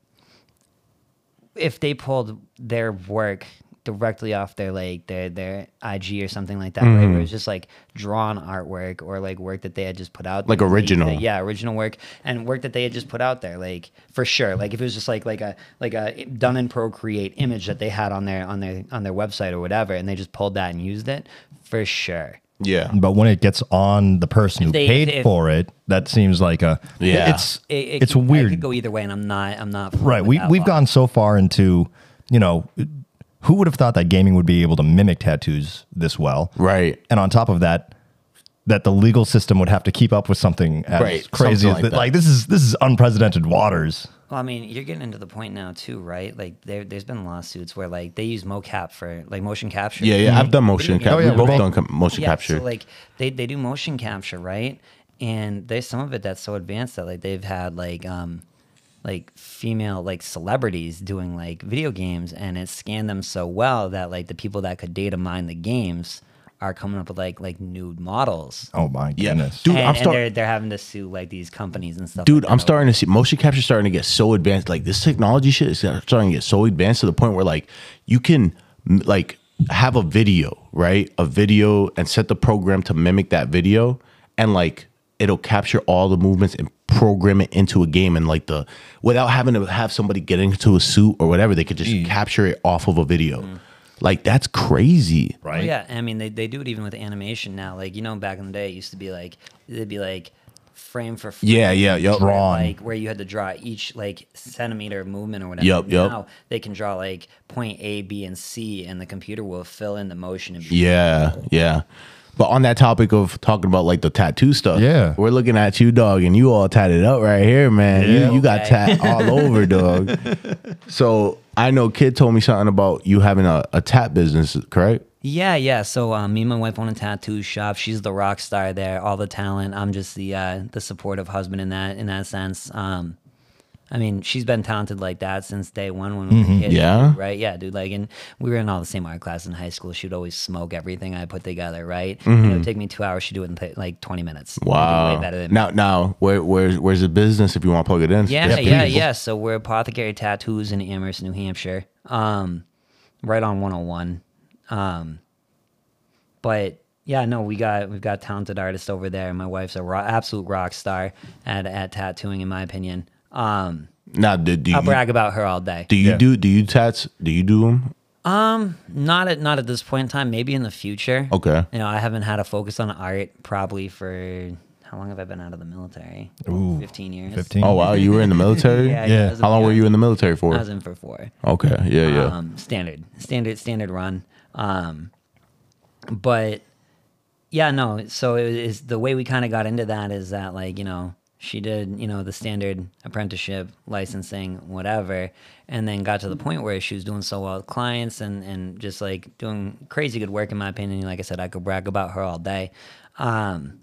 if they pulled their work directly off their like their their IG or something like that, right,
Mm-hmm.
where it was just like drawn artwork or like work that they had just put out,
Like
there,
original.
yeah, original work and work that they had just put out there, like for sure. Like if it was just like like a like a done in Procreate image that they had on their on their on their website or whatever, and they just pulled that and used it for sure.
yeah
But when it gets on the person who
They-
paid
if-
for it, that seems like a
Yeah.
It's
It, it
it's
could-
weird.
It could go either way, and I'm not I'm not fooling
right
with
we,
that
we've
law.
gone so far into you know who would have thought that gaming would be able to mimic tattoos this well
Right.
and on top of that that the legal system would have to keep up with something as
Right,
crazy
something
as
like
that.
that.
like this is this is unprecedented waters
Well, I mean, you're getting into the point now too, right? Like there there's been lawsuits where like they use mocap for like motion capture.
yeah yeah I've done motion capture
Oh, yeah,
we
we're
both
both-
done com- motion capture
So like they, they do motion capture, right? And there's some of it that's so advanced that like they've had like um like female like celebrities doing like video games and it scanned them so well that like the people that could data mine the games are coming up with like like nude models.
oh my
yeah
goodness
dude
and,
I'm
and
starting
they're they're having to sue like these companies and stuff.
Dude,
like
I'm
that.
starting to see motion capture starting to get so advanced. Like this technology shit is starting to get so advanced to the point where like you can m- like have a video, right? A video and set the program to mimic that video and like it'll capture all the movements and program it into a game and like the without having to have somebody get into a suit or whatever, they could just
Mm.
capture it off of a video. Like that's crazy.
Oh,
right
yeah, I mean they, they do it even with animation now. Like you know, back in the day, it used to be like it'd be like frame for frame.
Yeah, yeah, yeah.
where,
Drawn.
like where you had to draw each like centimeter of movement or whatever.
Yup, yup.
Now they can draw like point A, B, and C, and the computer will fill in the motion. And
Yeah, yeah. But on that topic of talking about like the tattoo stuff,
Yeah.
we're looking at you, dog, and you all tatted up right here, man.
Yeah.
You, you got
Okay.
tat all over, dog. So I know Kid told me something about you having a, a tat business, correct?
yeah, yeah. So um, me and my wife own a tattoo shop. She's the rock star there, all the talent. I'm just the uh, the supportive husband in that in that sense. Um, I mean, she's been talented like that since day one when we were kids.
Yeah.
Right? Yeah, dude. Like, and we were in all the same art class in high school. She would always smoke everything I put together, right? And it would take me two hours. She'd do it in th- like 20 minutes. She'd do Way better than me.
Now, now, where, where's where's the business if you want to plug it in?
Yeah,
There's
yeah,
people.
yeah. So we're Apothecary Tattoos in Amherst, New Hampshire. Um, right on 101. Um, but yeah, no, we got we've got talented artists over there. My wife's a ro- absolute rock star at at tattooing, in my opinion. Um,
Now, do, do
I'll
you
brag about her all day.
Mm-hmm. do you
Yeah.
do do you tats? Do you do them?
Not at not at this point in time. Maybe in the future.
Okay.
You know, I haven't had a focus on art probably for how long have I been out of the military?
Ooh,
fifteen years.
15
Oh wow, you were in the military.
Yeah, yeah. I was in-
How long were
yeah.
you in the military for?
I was in for four.
okay, yeah, yeah.
Um, standard, standard, standard run. Um, but yeah, no. So it is the way we kind of got into that is that like you know She did, you know, the standard apprenticeship, licensing, whatever, and then got to the point where she was doing so well with clients and, and just like doing crazy good work, in my opinion. Like I said, I could brag about her all day. Um,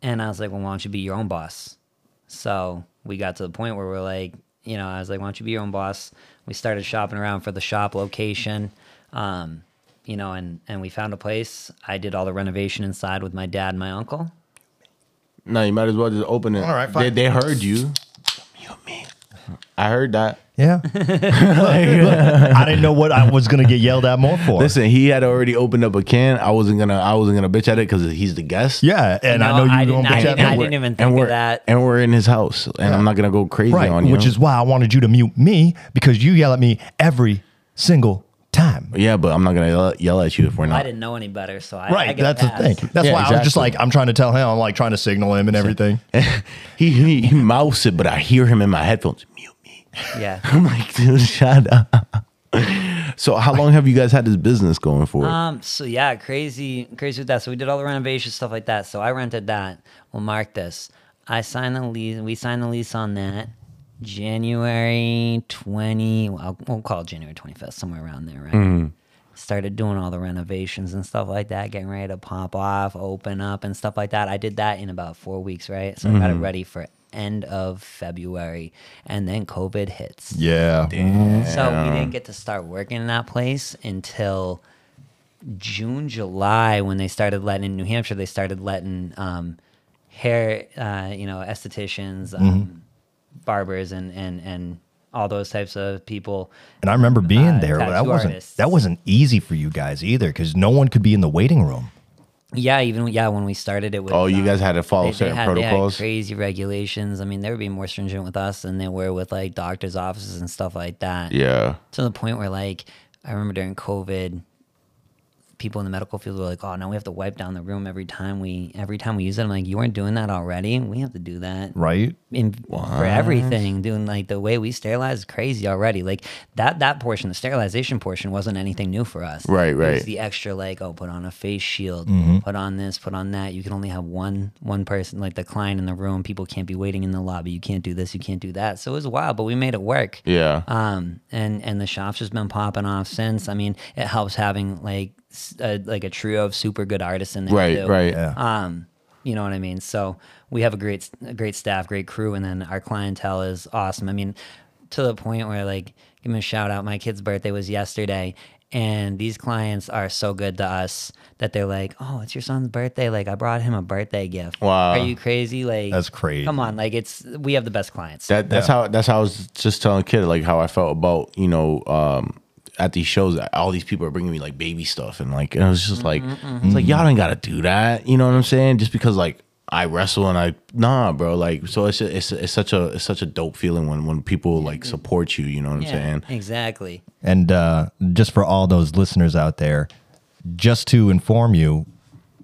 and I was like, well, why don't you be your own boss? So we got to the point where we're like, you know, I was like, why don't you be your own boss? We started shopping around for the shop location, um, you know, and, and we found a place. I did all the renovation inside with my dad and my uncle.
No, you might as well just open it.
All right, fine.
They, they heard you. You me. I heard that.
Yeah. I didn't know what I was going to get yelled at more for.
Listen, he had already opened up a can. I wasn't gonna. I wasn't gonna bitch at it because he's the guest.
yeah. And
No,
I know you
I
were
didn't-
gonna
I
bitch at
didn't-
me.
I didn't even
and
think of
we're,
that.
And we're in his house, and I'm not gonna go crazy
Right.
on you.
Which is why I wanted you to mute me because you yell at me every single time.
yeah, but I'm not gonna yell, yell at you if we're
I
not.
didn't know any better, so I I
Right.
get a
That's the
pass.
thing. That's
Yeah,
why I was just
exactly.
like, I'm trying to tell him, I'm like trying to signal him and everything.
He, he he mouths it, but I hear him in my headphones. Mute me.
Yeah.
I'm like, dude, shut up. So, how long have you guys had this business going for?
Um. So yeah, crazy, crazy with that. So we did all the renovations, stuff like that. So I rented that. We'll mark this. I signed the lease. We signed the lease on that. January twenty. Well, I'll- we'll call it January twenty fifth, somewhere around there, right? Started doing all the renovations and stuff like that, getting ready to pop off, open up, and stuff like that. I did that in about four weeks, right? So I got it ready for end of February, and then COVID hits.
Yeah.
So we didn't get to start working in that place until June, July, when they started letting in New Hampshire. They started letting um, hair, uh, you know, estheticians, um,
Mm-hmm.
barbers, and and and all those types of people.
And I remember being
Uh,
there, but that
tattoo
wasn't
artists.
that wasn't easy for you guys either because no one could be in the waiting room.
Yeah, even yeah, when we started it with
oh, you
um,
guys had to follow
they, they
certain
had, they had
protocols.
crazy regulations. I mean, they were being more stringent with us than they were with like doctors' offices and stuff like that.
yeah.
to the point where like I remember during COVID, people in the medical field were like, "Oh, now we have to wipe down the room every time we every time we use it." I'm like, "You weren't doing that already. We have to do that
Right.
in, for everything. Doing like the way we sterilize is crazy already. Like that that portion, the sterilization portion, wasn't anything new for us.
Right,
It was
right. Mm-hmm.
the extra like, oh, put on a face shield, put on this, put on that. You can only have one one person, like the client in the room. People can't be waiting in the lobby. You can't do this. You can't do that. So it was wild, but we made it work.
Yeah.
Um, and and the shop's just been popping off since. I mean, it helps having like s- a, like a trio of super good artists in there.
Right.
too.
Right.
Um, you know what I mean? So we have a great, a great staff, great crew, and then our clientele is awesome. I mean, to the point where like, give me a shout out. My kid's birthday was yesterday, and these clients are so good to us that they're like, "Oh, it's your son's birthday! Like, I brought him a birthday gift.
Wow.
Are you crazy? Like,
That's crazy.
Come on, like it's we have the best clients.
That that's
Yeah.
how that's how I was just telling kid like how I felt about you know um at these shows all these people are bringing me like baby stuff and like and I was just like it's like y'all don't gotta do that you know what I'm saying just because like I wrestle and I nah bro like so it's it's it's such a it's such a dope feeling when when people like support you you know what I'm
yeah,
saying
exactly.
And uh, just for all those listeners out there, just to inform you,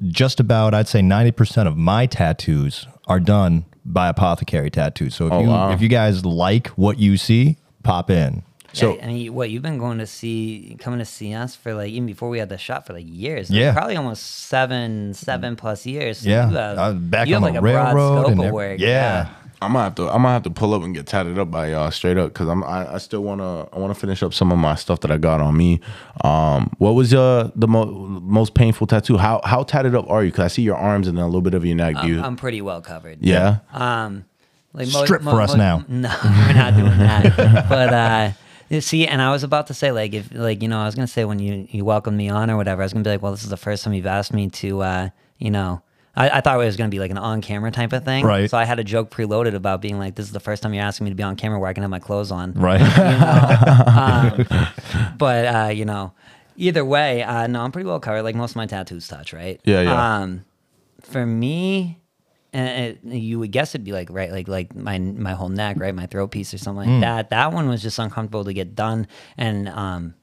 just about I'd say ninety percent of my tattoos are done by apothecary tattoos. So if you
Oh, wow.
if you guys like what you see, pop in.
so
yeah, I mean, what you've been going to see, coming to see us for like even before we had the shop for like years, like,
Yeah.
probably almost seven, seven plus years. So
Yeah,
you have,
I was back
you
on
have
the
like a
railroad
broad
and
scope of
ev-
work.
yeah.
I'm gonna have to I'm gonna have to pull up and get tatted up by y'all straight up because I'm I, I still wanna I wanna finish up some of my stuff that I got on me. Um, what was your the mo- most painful tattoo? How how tatted up are you? Because I see your arms and then a little bit of your neck. Do you?
I'm, I'm pretty well covered.
yeah.
Um, like
Strip for us now.
No, we're not doing that. but uh, you see, and I was about to say, like, if like you know, I was gonna say when you you welcomed me on or whatever, I was gonna be like, well, this is the first time you've asked me to, uh, you know. I, I thought it was going to be like an on camera type of thing.
Right.
So I had a joke preloaded about being like, this is the first time you're asking me to be on camera where I can have my clothes on.
Right.
But, uh, you know, either way, uh, no, I'm pretty well covered. Like most of my tattoos touch, right?
Yeah, yeah.
Um, for me, and it, you would guess it'd be like right, like like my my whole neck, right,
Mm.
my throat piece or something like that. That one was just uncomfortable to get done, and um,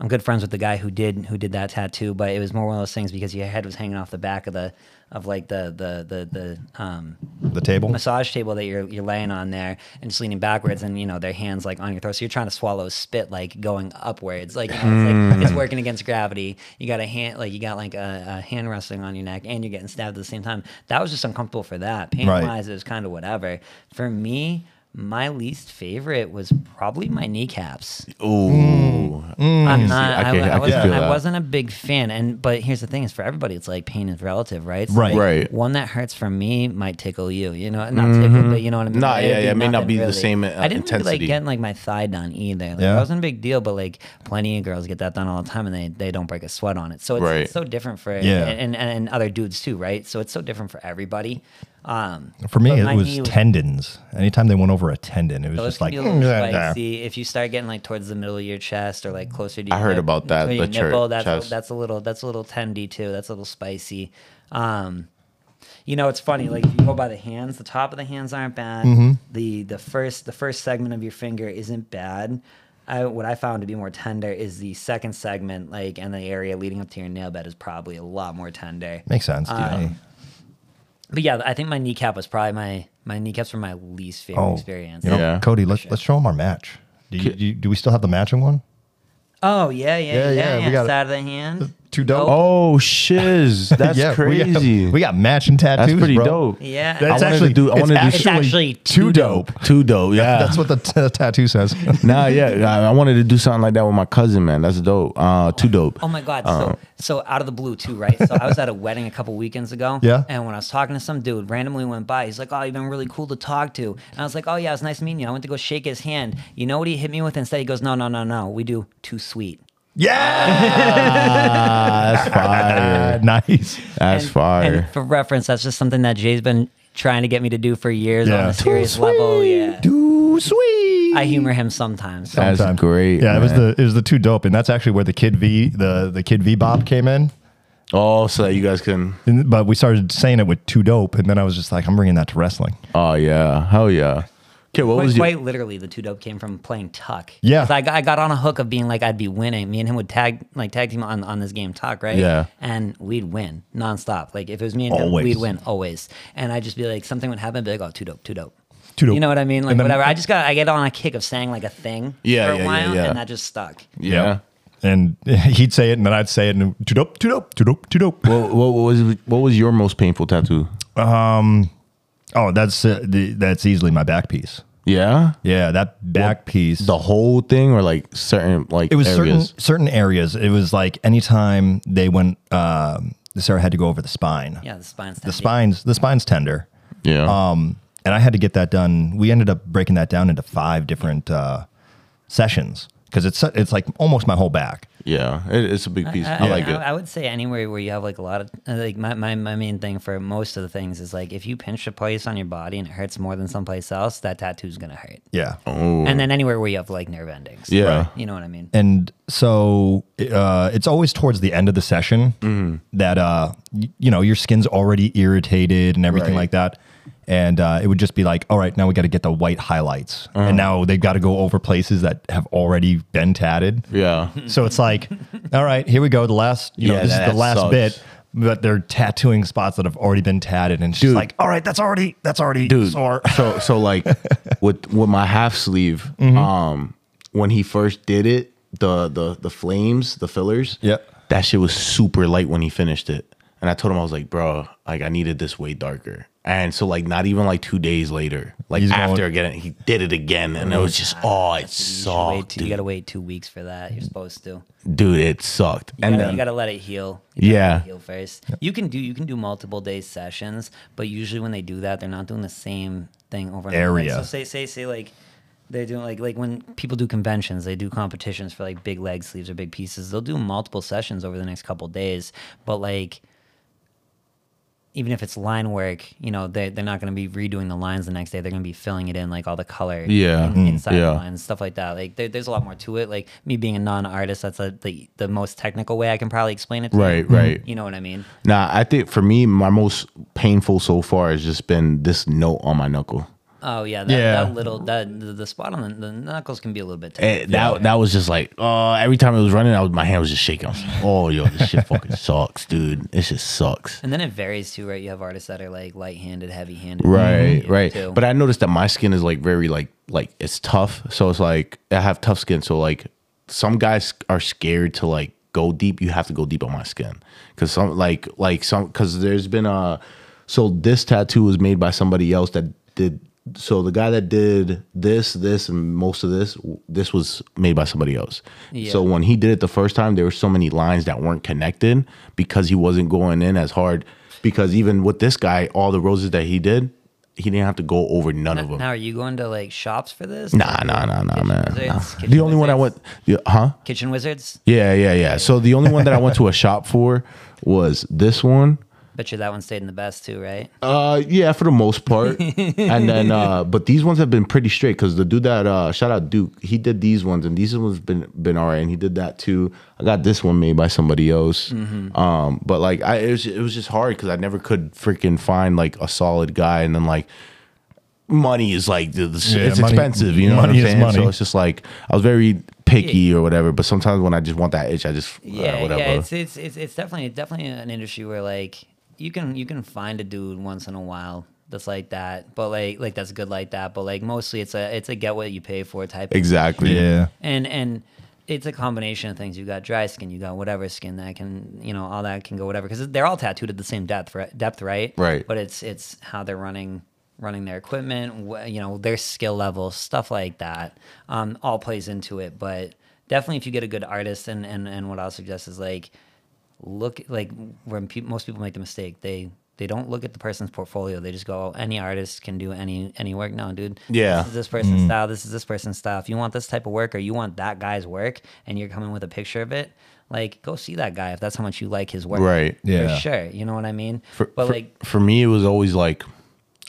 I'm good friends with the guy who did who did that tattoo, but it was more one of those things because your head was hanging off the back of the of like the the the the um
The table.
massage table that you're you're laying on there and just leaning backwards and you know their hands like on your throat so you're trying to swallow spit like going upwards like, you know, it's, like it's
Hmm.
working against gravity you got a hand like you got like a, a hand resting on your neck and you're getting stabbed at the same time that was just uncomfortable for that pain
Right.
wise it was kind of whatever for me my least favorite was probably my kneecaps. Mm. I'm not.
Mm. I
I,
can-
I
I can
wasn't,
feel
I
that.
wasn't a big fan. And but here's the thing: is for everybody, it's like pain is relative, right?
Right.
like,
Right. Mm-hmm.
One that hurts for me might tickle you. You know, not tickle, but you know what I mean.
Nah,
Like,
yeah,
it'd
yeah, it may not
nothing
be the same, uh,
I didn't really
intensity.
like getting like my thigh done either. Like,
Yeah.
It wasn't a big deal, but like plenty of girls get that done all the time, and they, they don't break a sweat on it. So it's,
Right.
it's so different for
Yeah.
and, and and other dudes too, right? So it's so different for everybody. Um,
For me,
but
it
my
was
knee
tendons. Anytime they went over a tendon, it was
those
just
can
like,
be a little
"Mm, yeah."
spicy. If you start getting like towards the middle of your chest or like closer to,
I
your
heard
nip-
about that,
to your
the chur-
nipple, that's
chest.
A, that's a little that's a little tendy too. That's a little spicy. Um, you know, it's funny. Like if you go by the hands, the top of the hands aren't bad.
Mm-hmm.
The the first the first segment of your finger isn't bad. I, what I found to be more tender is the second segment, like, and the area leading up to your nail bed is probably a lot more tender.
Makes sense.
um,
yeah.
But yeah, I think my kneecap was probably my my kneecaps were my least favorite
Oh,
experience.
You know,
Yeah.
Cody, let's let's show them our match. Do, you, do, you- do we still have the matching one?
Oh yeah, yeah,
Yeah,
yeah.
yeah,
yeah,
we got
Side of the hand.
Two dope.
Oh shiz, that's
Yeah, we got- We
crazy.
got, matching tattoos.
that's pretty
bro.
dope.
Yeah.
I
That's
wanted
actually
to do. I
it's
wanted to do.
It's actually
too
too
dope.
Too dope. Yeah,
That's what the t- tattoo says.
nah, yeah. I, I wanted to do something like that with my cousin, man. That's dope. Uh, too dope.
Oh my god!
Uh-huh.
So, so out of the blue too, right? So I was at a wedding a couple weekends ago.
Yeah.
And when I was talking to some dude, randomly went by. He's like, "Oh, you've been really cool to talk to." And I was like, "Oh yeah, it was nice meeting you." I went to go shake his hand. You know what he hit me with instead? He goes, "No, no, no, no. We do too sweet."
yeah.
Ah, that's fire.
nice.
That's
and,
fire.
And for reference, that's just something that Jay's been trying to get me to do for years
Yeah.
on
Too
a serious level. Yeah.
Too sweet.
I humor him sometimes.
That's
Sometime.
great.
yeah, it was
man.
the it was the two dope, and that's actually where the kid V the the kid V Bob came in.
Oh, so that you guys can.
And- but we started saying it with two dope, and then I was just like, I'm bringing that to wrestling.
Oh yeah. Hell yeah. Okay, what
Quite,
was your?
quite literally, the two dope came from playing Tuck.
Yeah.
'Cause I got, I got on a hook of being like I'd be winning. Me and him would tag like tag team on, on this game Tuck, right?
Yeah.
And we'd win nonstop. Like if it was me and
Always.
him, we'd win always. And I'd just be like something would happen, be like oh too dope, too dope.
Too dope.
You know what I mean? Like
And then-
whatever. I just got I get on a kick of saying like a thing
Yeah,
for a
yeah, yeah,
while,
yeah.
and that just stuck.
Yeah.
And he'd say it, and then I'd say it, and two dope, two dope, two dope, two dope.
What, what was what was your most painful tattoo?
Oh, that's uh, the, that's easily my back piece.
Yeah.
Yeah, that back piece.
The whole thing, or like certain like
it was
areas.
certain certain areas. It was like anytime they went, um, Sarah had to go over the spine.
Yeah, the spine's
the spines, the spine's tender.
yeah.
Um, and I had to get that done. We ended up breaking that down into five different uh, sessions because it's it's like almost my whole back.
yeah. It, it's a big piece. I, like
I,
it.
I would say anywhere where you have like a lot of uh, like my, my, my main thing for most of the things is like if you pinch a place on your body and it hurts more than someplace else, that tattoo's gonna hurt.
Yeah.
And then anywhere where you have like nerve endings.
Yeah.
You know what I mean?
and so uh, it's always towards the end of the session
Mm-hmm.
that uh, y- you know your skin's already irritated and everything like
Right.
that and uh, it would just be like all right now we got to get the white highlights
Uh-huh.
and now they've got to go over places that have already been tatted
yeah.
so it's like all right here we go the last you know
Yeah,
this is
that
the last
sucks.
bit but they're tattooing spots that have already been tatted and it's just
Dude.
like all right that's already that's already
dude.
sore
So so like with with my half sleeve,
Mm-hmm.
um, when he first did it, the the the flames, the fillers,
Yep.
that shit was super light when he finished it. And I told him I was like, bro, like I needed this way darker. And so like not even like two days later, like
He's
after
going-
again, he did it again, and it was just oh, it
You, should wait
sucked,
two, you
dude.
gotta wait two weeks for that. You're supposed to. You
dude. It sucked. and
gotta,
then,
you gotta let it heal. You gotta
yeah,
let it Heal first. You can do you can do multiple day sessions, but usually when they do that, they're not doing the same thing over and over. Like,
Area.
so say say say like they're doing like like when people do conventions, they do competitions for like big leg sleeves or big pieces. They'll do multiple sessions over the next couple days, but like even if it's line work, you know, they they're not going to be redoing the lines the next day. They're going to be filling it in like all the color,
Yeah.
in-
Mm.
inside
Yeah.
the lines, stuff like that. Like there, there's a lot more to it. Like me being a non-artist, that's a, the the most technical way I can probably explain it. To you.
Mm-hmm.
Right, right.
You know what I mean?
nah. I think for me, my most painful so far has just been this note on my knuckle.
Oh yeah, that,
Yeah.
that little that the, the spot on the, the knuckles can be a little bit. tight.
And that that was just like uh, every time it was running, I was, my hand was just shaking. I was like, oh yo, this shit fucking sucks, dude. It just sucks.
And then it varies too, right? You have artists that are like light-handed, heavy-handed.
Right, right.
too.
But I noticed that my skin is like very like like it's tough. So it's like I have tough skin. So like some guys are scared to like go deep. You have to go deep on my skin because some like like some because there's been a so this tattoo was made by somebody else that did. So the guy that did this, this, and most of this, this was made by somebody else. So
Yeah.
when he did it the first time, there were so many lines that weren't connected because he wasn't going in as hard. Because even with this guy, all the roses that he did, he didn't have to go over none of them.
now, are you going to like shops for this?
Nah, nah, nah, nah,
Kitchen
man.
Wizards,
nah.
Kitchen
The only one I went,
Wizards.
yeah, huh?
Kitchen Wizards.
Yeah, yeah, yeah. So the only one that I went to a shop for was this one.
Bet you that one stayed in the best too, right?
Uh, yeah, for the most part. and then, uh, but these ones have been pretty straight because the dude that uh, shout out Duke, he did these ones, and these ones been been all right, and he did that too. I got this one made by somebody else.
Mm-hmm.
Um, but like, I it was it was just hard because I never could freaking find like a solid guy, and then like. Money is like the- the-
Yeah,
it's
money-
expensive, you know what I'm
money is
saying. So
money.
it's just like I was very picky or whatever. But sometimes when I just want that itch, I just yeah,
yeah,
whatever.
yeah. It's, it's it's it's definitely definitely an industry where like you can you can find a dude once in a while that's like that, but like like that's good like that, but like mostly it's a it's a get what you pay for type. of
exactly.
Yeah.
and and it's a combination of things. You got dry skin, you got whatever skin that can, you know, all that can go whatever because they're all tattooed at the same depth, right? Depth, right?
Right.
But it's it's how they're running running their equipment, wh- you know, their skill level, stuff like that. Um, all plays into it, but definitely if you get a good artist, and and and what I'll suggest is like look like when peop most people make the mistake they they don't look at the person's portfolio they just go oh, any artist can do any any work no dude
Yeah. Mm-hmm.
this is this person's style this is this person's style if you want this type of work or you want that guy's work and you're coming with a picture of it like go see that guy if that's how much you like his work
Right.
Yeah.
for sure you know what i mean
for,
but
for-
like
for me it was always like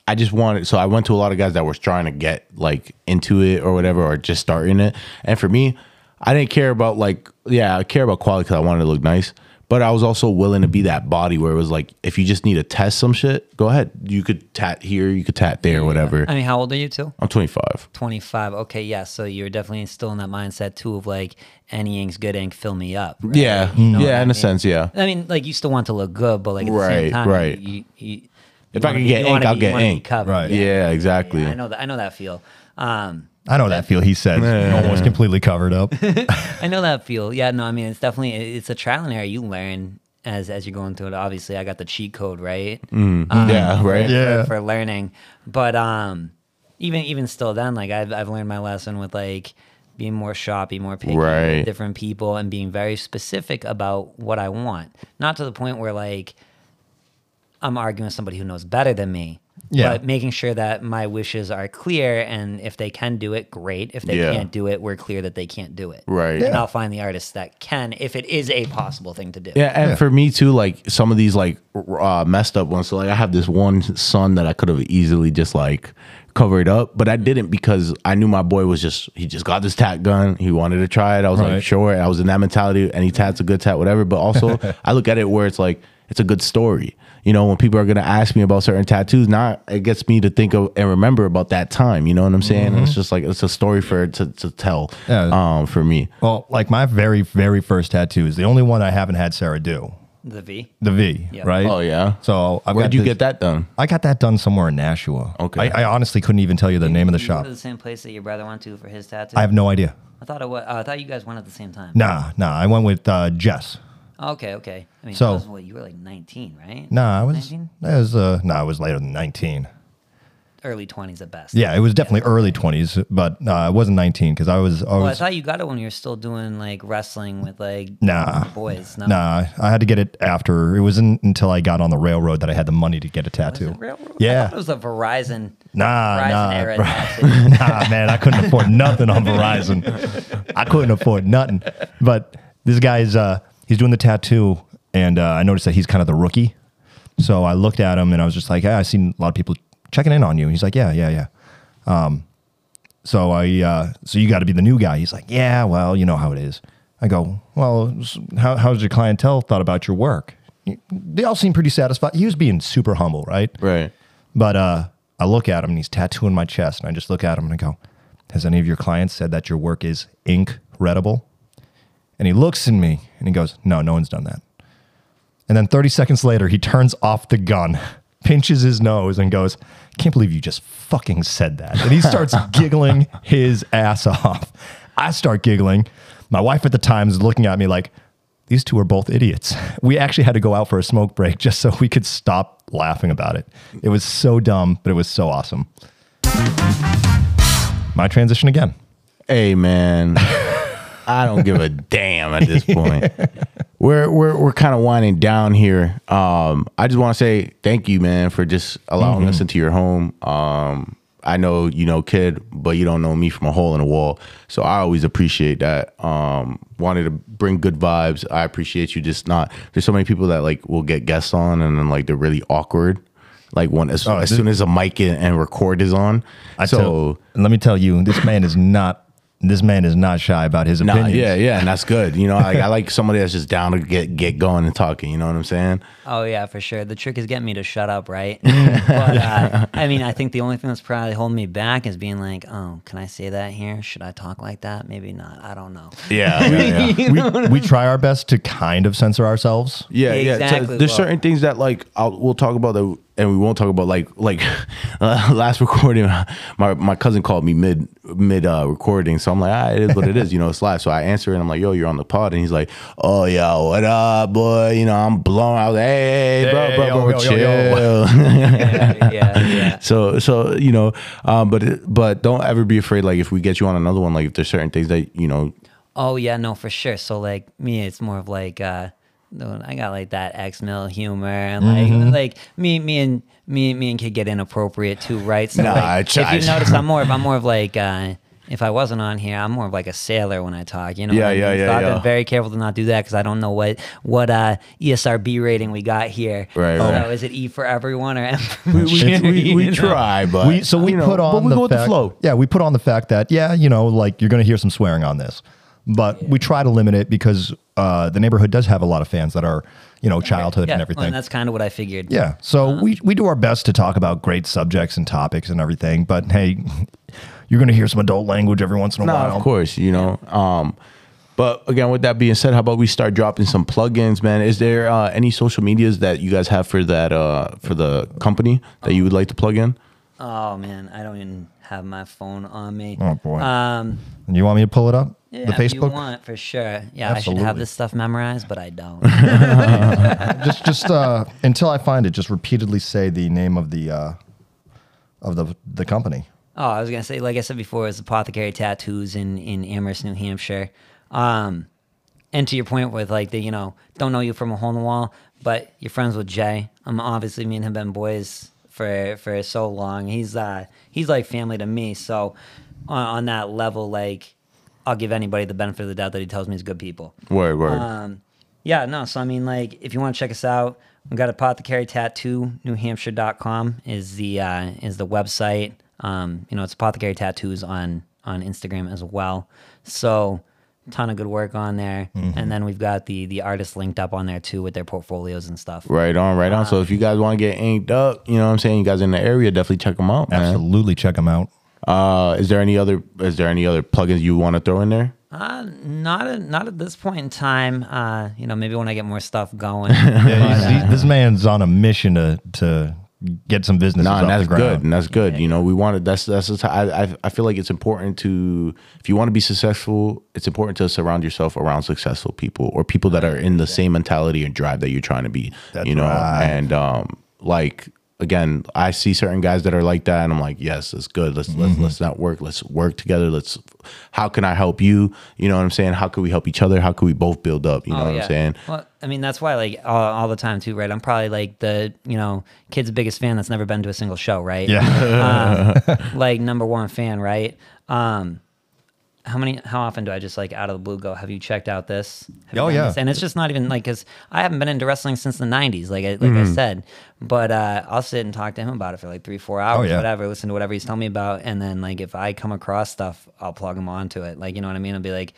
i just wanted so i went to a lot of guys that was trying to get like into it or whatever or just starting it and for me i didn't care about like yeah i care about quality because i wanted to look nice but i was also willing to be that body where it was like if you just need to test some shit go ahead you could tat here you could tat there whatever
i mean how old are you two
i'm 25
25 okay yeah so you're definitely still in that mindset too of like any ink's good ink fill me up right?
yeah yeah in a sense yeah
I mean, like you still want to look good, but like at the
Right,
same time,
right.
You, you,
If
you
I
wanna
can
be-
get
you wanna
ink,
be-
I'll
you
get
wanna be
ink.
covered.
Right.
yeah, exactly
I know that. I know that feel. Um,
I know that feel he says. Almost completely covered up.
I know that feel. Yeah, no, I mean, it's definitely it's a trial and error. You learn as as you're going through it. Obviously, I got the cheat code right
Mm-hmm.
Um,
yeah right
for-
Yeah.
for, learning, but um, even even still, then like I've I've learned my lesson with like being more shoppy, more picky, with
Right.
different people, and being very specific about what I want. Not to the point where like I'm arguing with somebody who knows better than me.
Yeah.
But making sure that my wishes are clear and if they can do it, great. If they
Yeah.
can't do it, we're clear that they can't do it.
Right.
And
Yeah.
I'll find the artist that can if it is a possible thing to do.
Yeah, and for me too, like some of these like r- uh, messed up ones. So like I have this one son that I could have easily just like covered up, but I didn't because I knew my boy was just he just got this tat gun. He wanted to try it. I was like,
Right.
sure. I was in that mentality. Any tat's a good tat, whatever. But also, I look at it where it's like it's a good story. You know, when people are gonna ask me about certain tattoos, now it gets me to think of and remember about that time. You know what I'm saying? And it's just like it's a story for it to, to tell.
Mm-hmm. Yeah.
Um, for me,
well, like my very, very first tattoo is the only one I haven't had Sarah do.
The V.
The V,
Yeah.
right?
Oh, yeah?
So I've
where
got
did you
this-
get that done?
I got that done somewhere in Nashua.
Okay.
I, I honestly couldn't even tell you the name of the
You go
shop.
to the same place that your brother went to for his tattoo.
I have no idea.
I thought it was, uh, I thought you guys went at the same time.
Nah, nah. I went with uh, Jess.
Okay, okay. I mean,
So-
that was, what, you were like 19, right?
Nah, I was.
19?
I was. Uh, nah, I was later than nineteen.
Early 20s at best.
Yeah, it was definitely early twenties, but uh, I wasn't nineteen because I was. I
Well, I
was
thought you got it when you were still doing like wrestling with like
Nah.
boys. No.
nah, I had to get it after. It wasn't until I got on the railroad that I had the money to get
Oh,
a tattoo.
I
Yeah.
thought it was a Verizon.
Nah,
Verizon
nah,
era
bro.
tattoo.
nah, man, I couldn't afford nothing on Verizon. I couldn't afford nothing. But this guy's uh he's doing the tattoo and uh, I noticed that he's kind of the rookie. So I looked at him and I was just like, "Yeah, I've seen a lot of people checking in on you." And he's like, "Yeah, yeah, yeah." Um so I uh so you got to be the new guy. He's like, "Yeah, well, you know how it is." I go, "Well, s- how how's your clientele thought about your work?" They all seem pretty satisfied. He was being super humble, right?
Right.
But uh, I look at him and he's tattooing my chest, and I just look at him and I go, "Has any of your clients said that your work is incredible?" And he looks at me and he goes, "No, no one's done that." And then 30 seconds later, he turns off the gun, pinches his nose, and goes, Can't believe you just fucking said that. And he starts giggling his ass off. I start giggling. My wife at the time is looking at me like, These two are both idiots. We actually had to go out for a smoke break just so we could stop laughing about it. It was so dumb, but it was so awesome. My transition again.
Hey man, I don't give a damn at this point. We're we're we're kind of winding down here. Um, I just want to say thank you, man, for just allowing
Mm-hmm.
us into your home. Um, I know you know kid, but you don't know me from a hole in a wall, so I always appreciate that. Um, wanted to bring good vibes. I appreciate you just not. There's so many people that like will get guests on and then like they're really awkward. Like when as, as soon as a mic and, and record is on,
Oh, I
so.
tell, let me tell you, this man is not. This man is not shy about his
Nah,
opinions.
yeah, yeah, and that's good. You know, like I like somebody that's just down to get get going and talking. You know what I'm saying?
Oh yeah, for sure. The trick is getting me to shut up, right? but, uh, I mean, I think the only thing that's probably holding me back is being like, oh, can I say that here? Should I talk like that? Maybe not. I don't know.
Yeah, yeah, yeah.
we, we try our best to kind of censor ourselves.
yeah,
Yeah,
So
exactly.
there's
Well-
certain things that like I'll, we'll talk about that, and we won't talk about like like uh, last recording. My my cousin called me mid mid uh, recording, so I'm like, ah, it is what it is. You know, it's live. So I answer and I'm like, yo, you're on the pod, and he's like, oh, yo, what up, boy? You know, I'm blown. I was like, hey, hey, bro,
Hey,
bro,
yo,
bro,
yo, yo,
chill.
yo.
yeah, yeah.
So so you know, um, but it- but don't ever be afraid. Like if we get you on another one, like if there's certain things that you know,
Oh yeah, no, for sure. So like me, it's more of like uh, no, I got like that X mill humor, and like
Mm-hmm.
like me, me and me, me and kid get inappropriate too, right? So
Nah,
like,
I
if
try-
you notice, I'm more of I'm more of like. Uh, if I wasn't on here, I'm more of like a sailor when I talk, you know. what
Yeah,
I mean?
yeah, yeah,
So I've
yeah.
been very careful to not do that because I don't know what what uh, ESRB rating we got here.
Right,
So
right.
is it E for everyone or M?
we, we, we, we try, but
we, so we
you know,
put on
but we
the
go with the
fact-
flow.
Yeah, we put on the fact that yeah, you know, like you're going to hear some swearing on this, but we try to limit it because uh, the neighborhood does have a lot of fans that are you know childhood
yeah,
and
well,
everything.
and that's kind of what I figured.
yeah, so we we do our best to talk about great subjects and topics and everything, but hey, you're going to hear some adult language every once in a
No,
while.
of course, you know. Um, but again, with that being said, how about we start dropping some plugins, man? Is there uh, any social medias that you guys have for that uh, for the company that you would like to plug in?
Oh man, I don't even have my phone on me.
Oh, boy.
Um,
And you want me to pull it up?
Yeah,
the
if you
Facebook.
want for sure. Yeah, I should have
Absolutely.
this stuff memorized, but I don't.
just just uh, until I find it, just repeatedly say the name of the uh, of the the company.
oh, I was gonna say, like I said before, it's Apothecary Tattoos in in Amherst, New Hampshire. Um, and to your point with like the you know don't know you from a hole in the wall, but you're friends with Jay. I'm obviously me and him been boys for for so long. He's uh he's like family to me. So on, on that level, like I'll give anybody the benefit of the doubt that he tells me he's good people.
Word, word.
Um, yeah, no. So I mean, like, if you want to check us out, we got apothecary tattoo newhampshire.com is the uh, is the website. Um, you know, it's apothecary tattoos on on Instagram as well. So ton of good work on there, and then we've got the the artists linked up on there too with their portfolios and stuff.
right on, right on. So if you guys want to get inked up, you know what I'm saying. You guys in the area, definitely check them out, man.
Absolutely, check them out.
Uh, is there any other is there any other plugins you want to throw in there?
Uh, not at, not at this point in time. Uh, you know, maybe when I get more stuff going.
Yeah, he's- he's- this man's on a mission to to get some business.
Nah, and
off
that's
the
good,
ground.
and that's good. You know, we wanted that's that's. The t- I I- I feel like it's important to if you want to be successful, it's important to surround yourself around successful people or people that are in the same mentality and drive that you're trying to be. you know,
right.
and um, like again, I see certain guys that are like that, and I'm like, yes, that's good. Let's let's let's not work. Let's work together. Let's. How can I help you? You know what I'm saying? How can we help each other? How can we both build up? You know
Oh,
what
yeah.
I'm saying?
Well, I mean, that's why, like, all, all the time, too, right? I'm probably like the, you know, kid's biggest fan that's never been to a single show, right? Yeah. um, like, number one fan, right? Um, how many, how often do I just like out of the blue go, have you checked out this? Have you
Oh,
done
yeah.
this?" And it's just not even like, cause I haven't been into wrestling since the 90s, like, I, like
Mm-hmm.
I said. But uh, I'll sit and talk to him about it for like three, four hours,
Oh,
yeah.
whatever, listen to whatever he's telling me about. And then, like, if I come across stuff, I'll plug him onto it. Like, you know what I mean? I'll be like,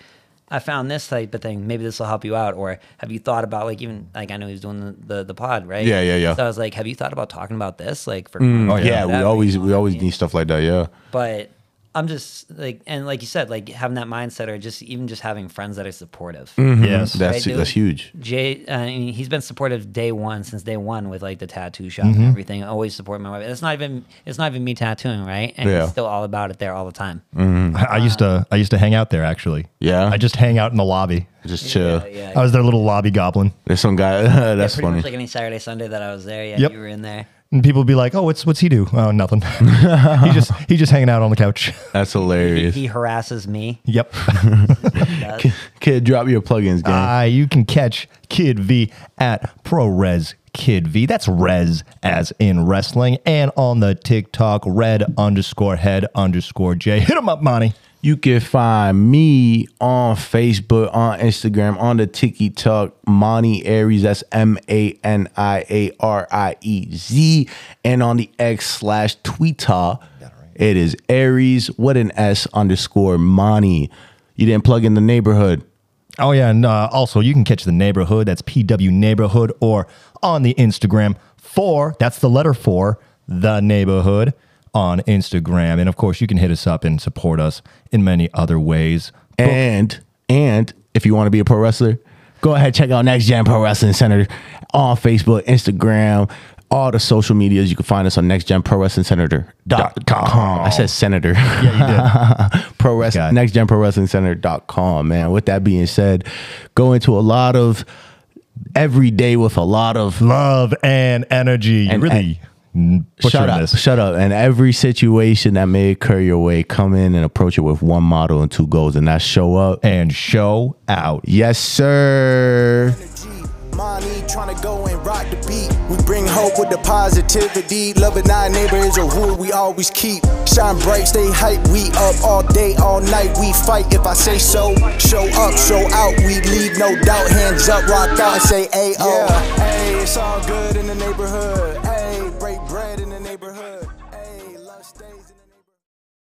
I found this type of thing. Maybe this will help you out. Or have you thought about like even like I know he's doing the, the, the pod, right?
Yeah, yeah, yeah.
So I was like, have you thought about talking about this? Like for
Oh yeah,
That'd
we
be
always
awesome.
we always need stuff like that. Yeah.
But I'm just like and like you said, like having that mindset or just even just having friends that are supportive.
Mm-hmm.
Yes.
That's
dude.
that's huge.
Jay, I mean, he's been supportive day one since day one with like the tattoo shop
Mm-hmm.
and everything. Always support my wife. It's not even it's not even me tattooing, right? And
Yeah.
he's still all about it there all the time.
I, I used to I used to hang out there actually.
Yeah?
I just hang out in the lobby.
Just chill.
Yeah,
I was their little lobby goblin.
There's some guy Oh, that's
pretty
funny.
much like any Saturday, Sunday that I was there. Yeah,
Yep.
you were in there.
And people would be like, "Oh, what's what's he do? Oh, nothing. he just he just hanging out on the couch."
that's hilarious.
He harasses me.
yep.
Does.
Kid, drop your plugins, gang.
Uh, you can catch Kid V at ProRes Kid V. That's Res as in wrestling, and on the TikTok Red underscore Head underscore J. Hit him up, Monty.
You can find me on Facebook, on Instagram, on the Tiki Talk, Monty Aries. That's M A N I A R I E Z, and on the X slash Twitter, it is Aries. What an S underscore Monty. You didn't plug in the neighborhood.
Oh yeah, and uh, also you can catch the neighborhood. That's PW Neighborhood, or on the Instagram for that's the letter for the neighborhood on Instagram, and of course you can hit us up and support us in many other ways.
And and if you want to be a pro wrestler, go ahead check out Next Gen Pro Wrestling Center on Facebook, Instagram, all the social medias. You can find us on Next Gen Pro Wrestling Center dot com. I said senator. Yeah, you did. pro
Got
wrestling
it.
Next Gen Pro Wrestling Center dot com. Man, with that being said, go into a lot of every day with a lot of
Love and energy. You
And-
really and,
shut up,
this.
shut up. And every situation that may occur your way, come in and approach it with one model and two goals, and that's show up.
and show out.
Yes, sir.
energy. Money trying to go and rock the beat. We bring hope with the positivity. Loving our neighbor is a rule we always keep. Shine bright, stay hype. We up all day, all night. We fight if I say so. Show up, show out. We leave no doubt. Hands up, rock out, and say, hey, oh. Yeah, hey, it's all good in the neighborhood.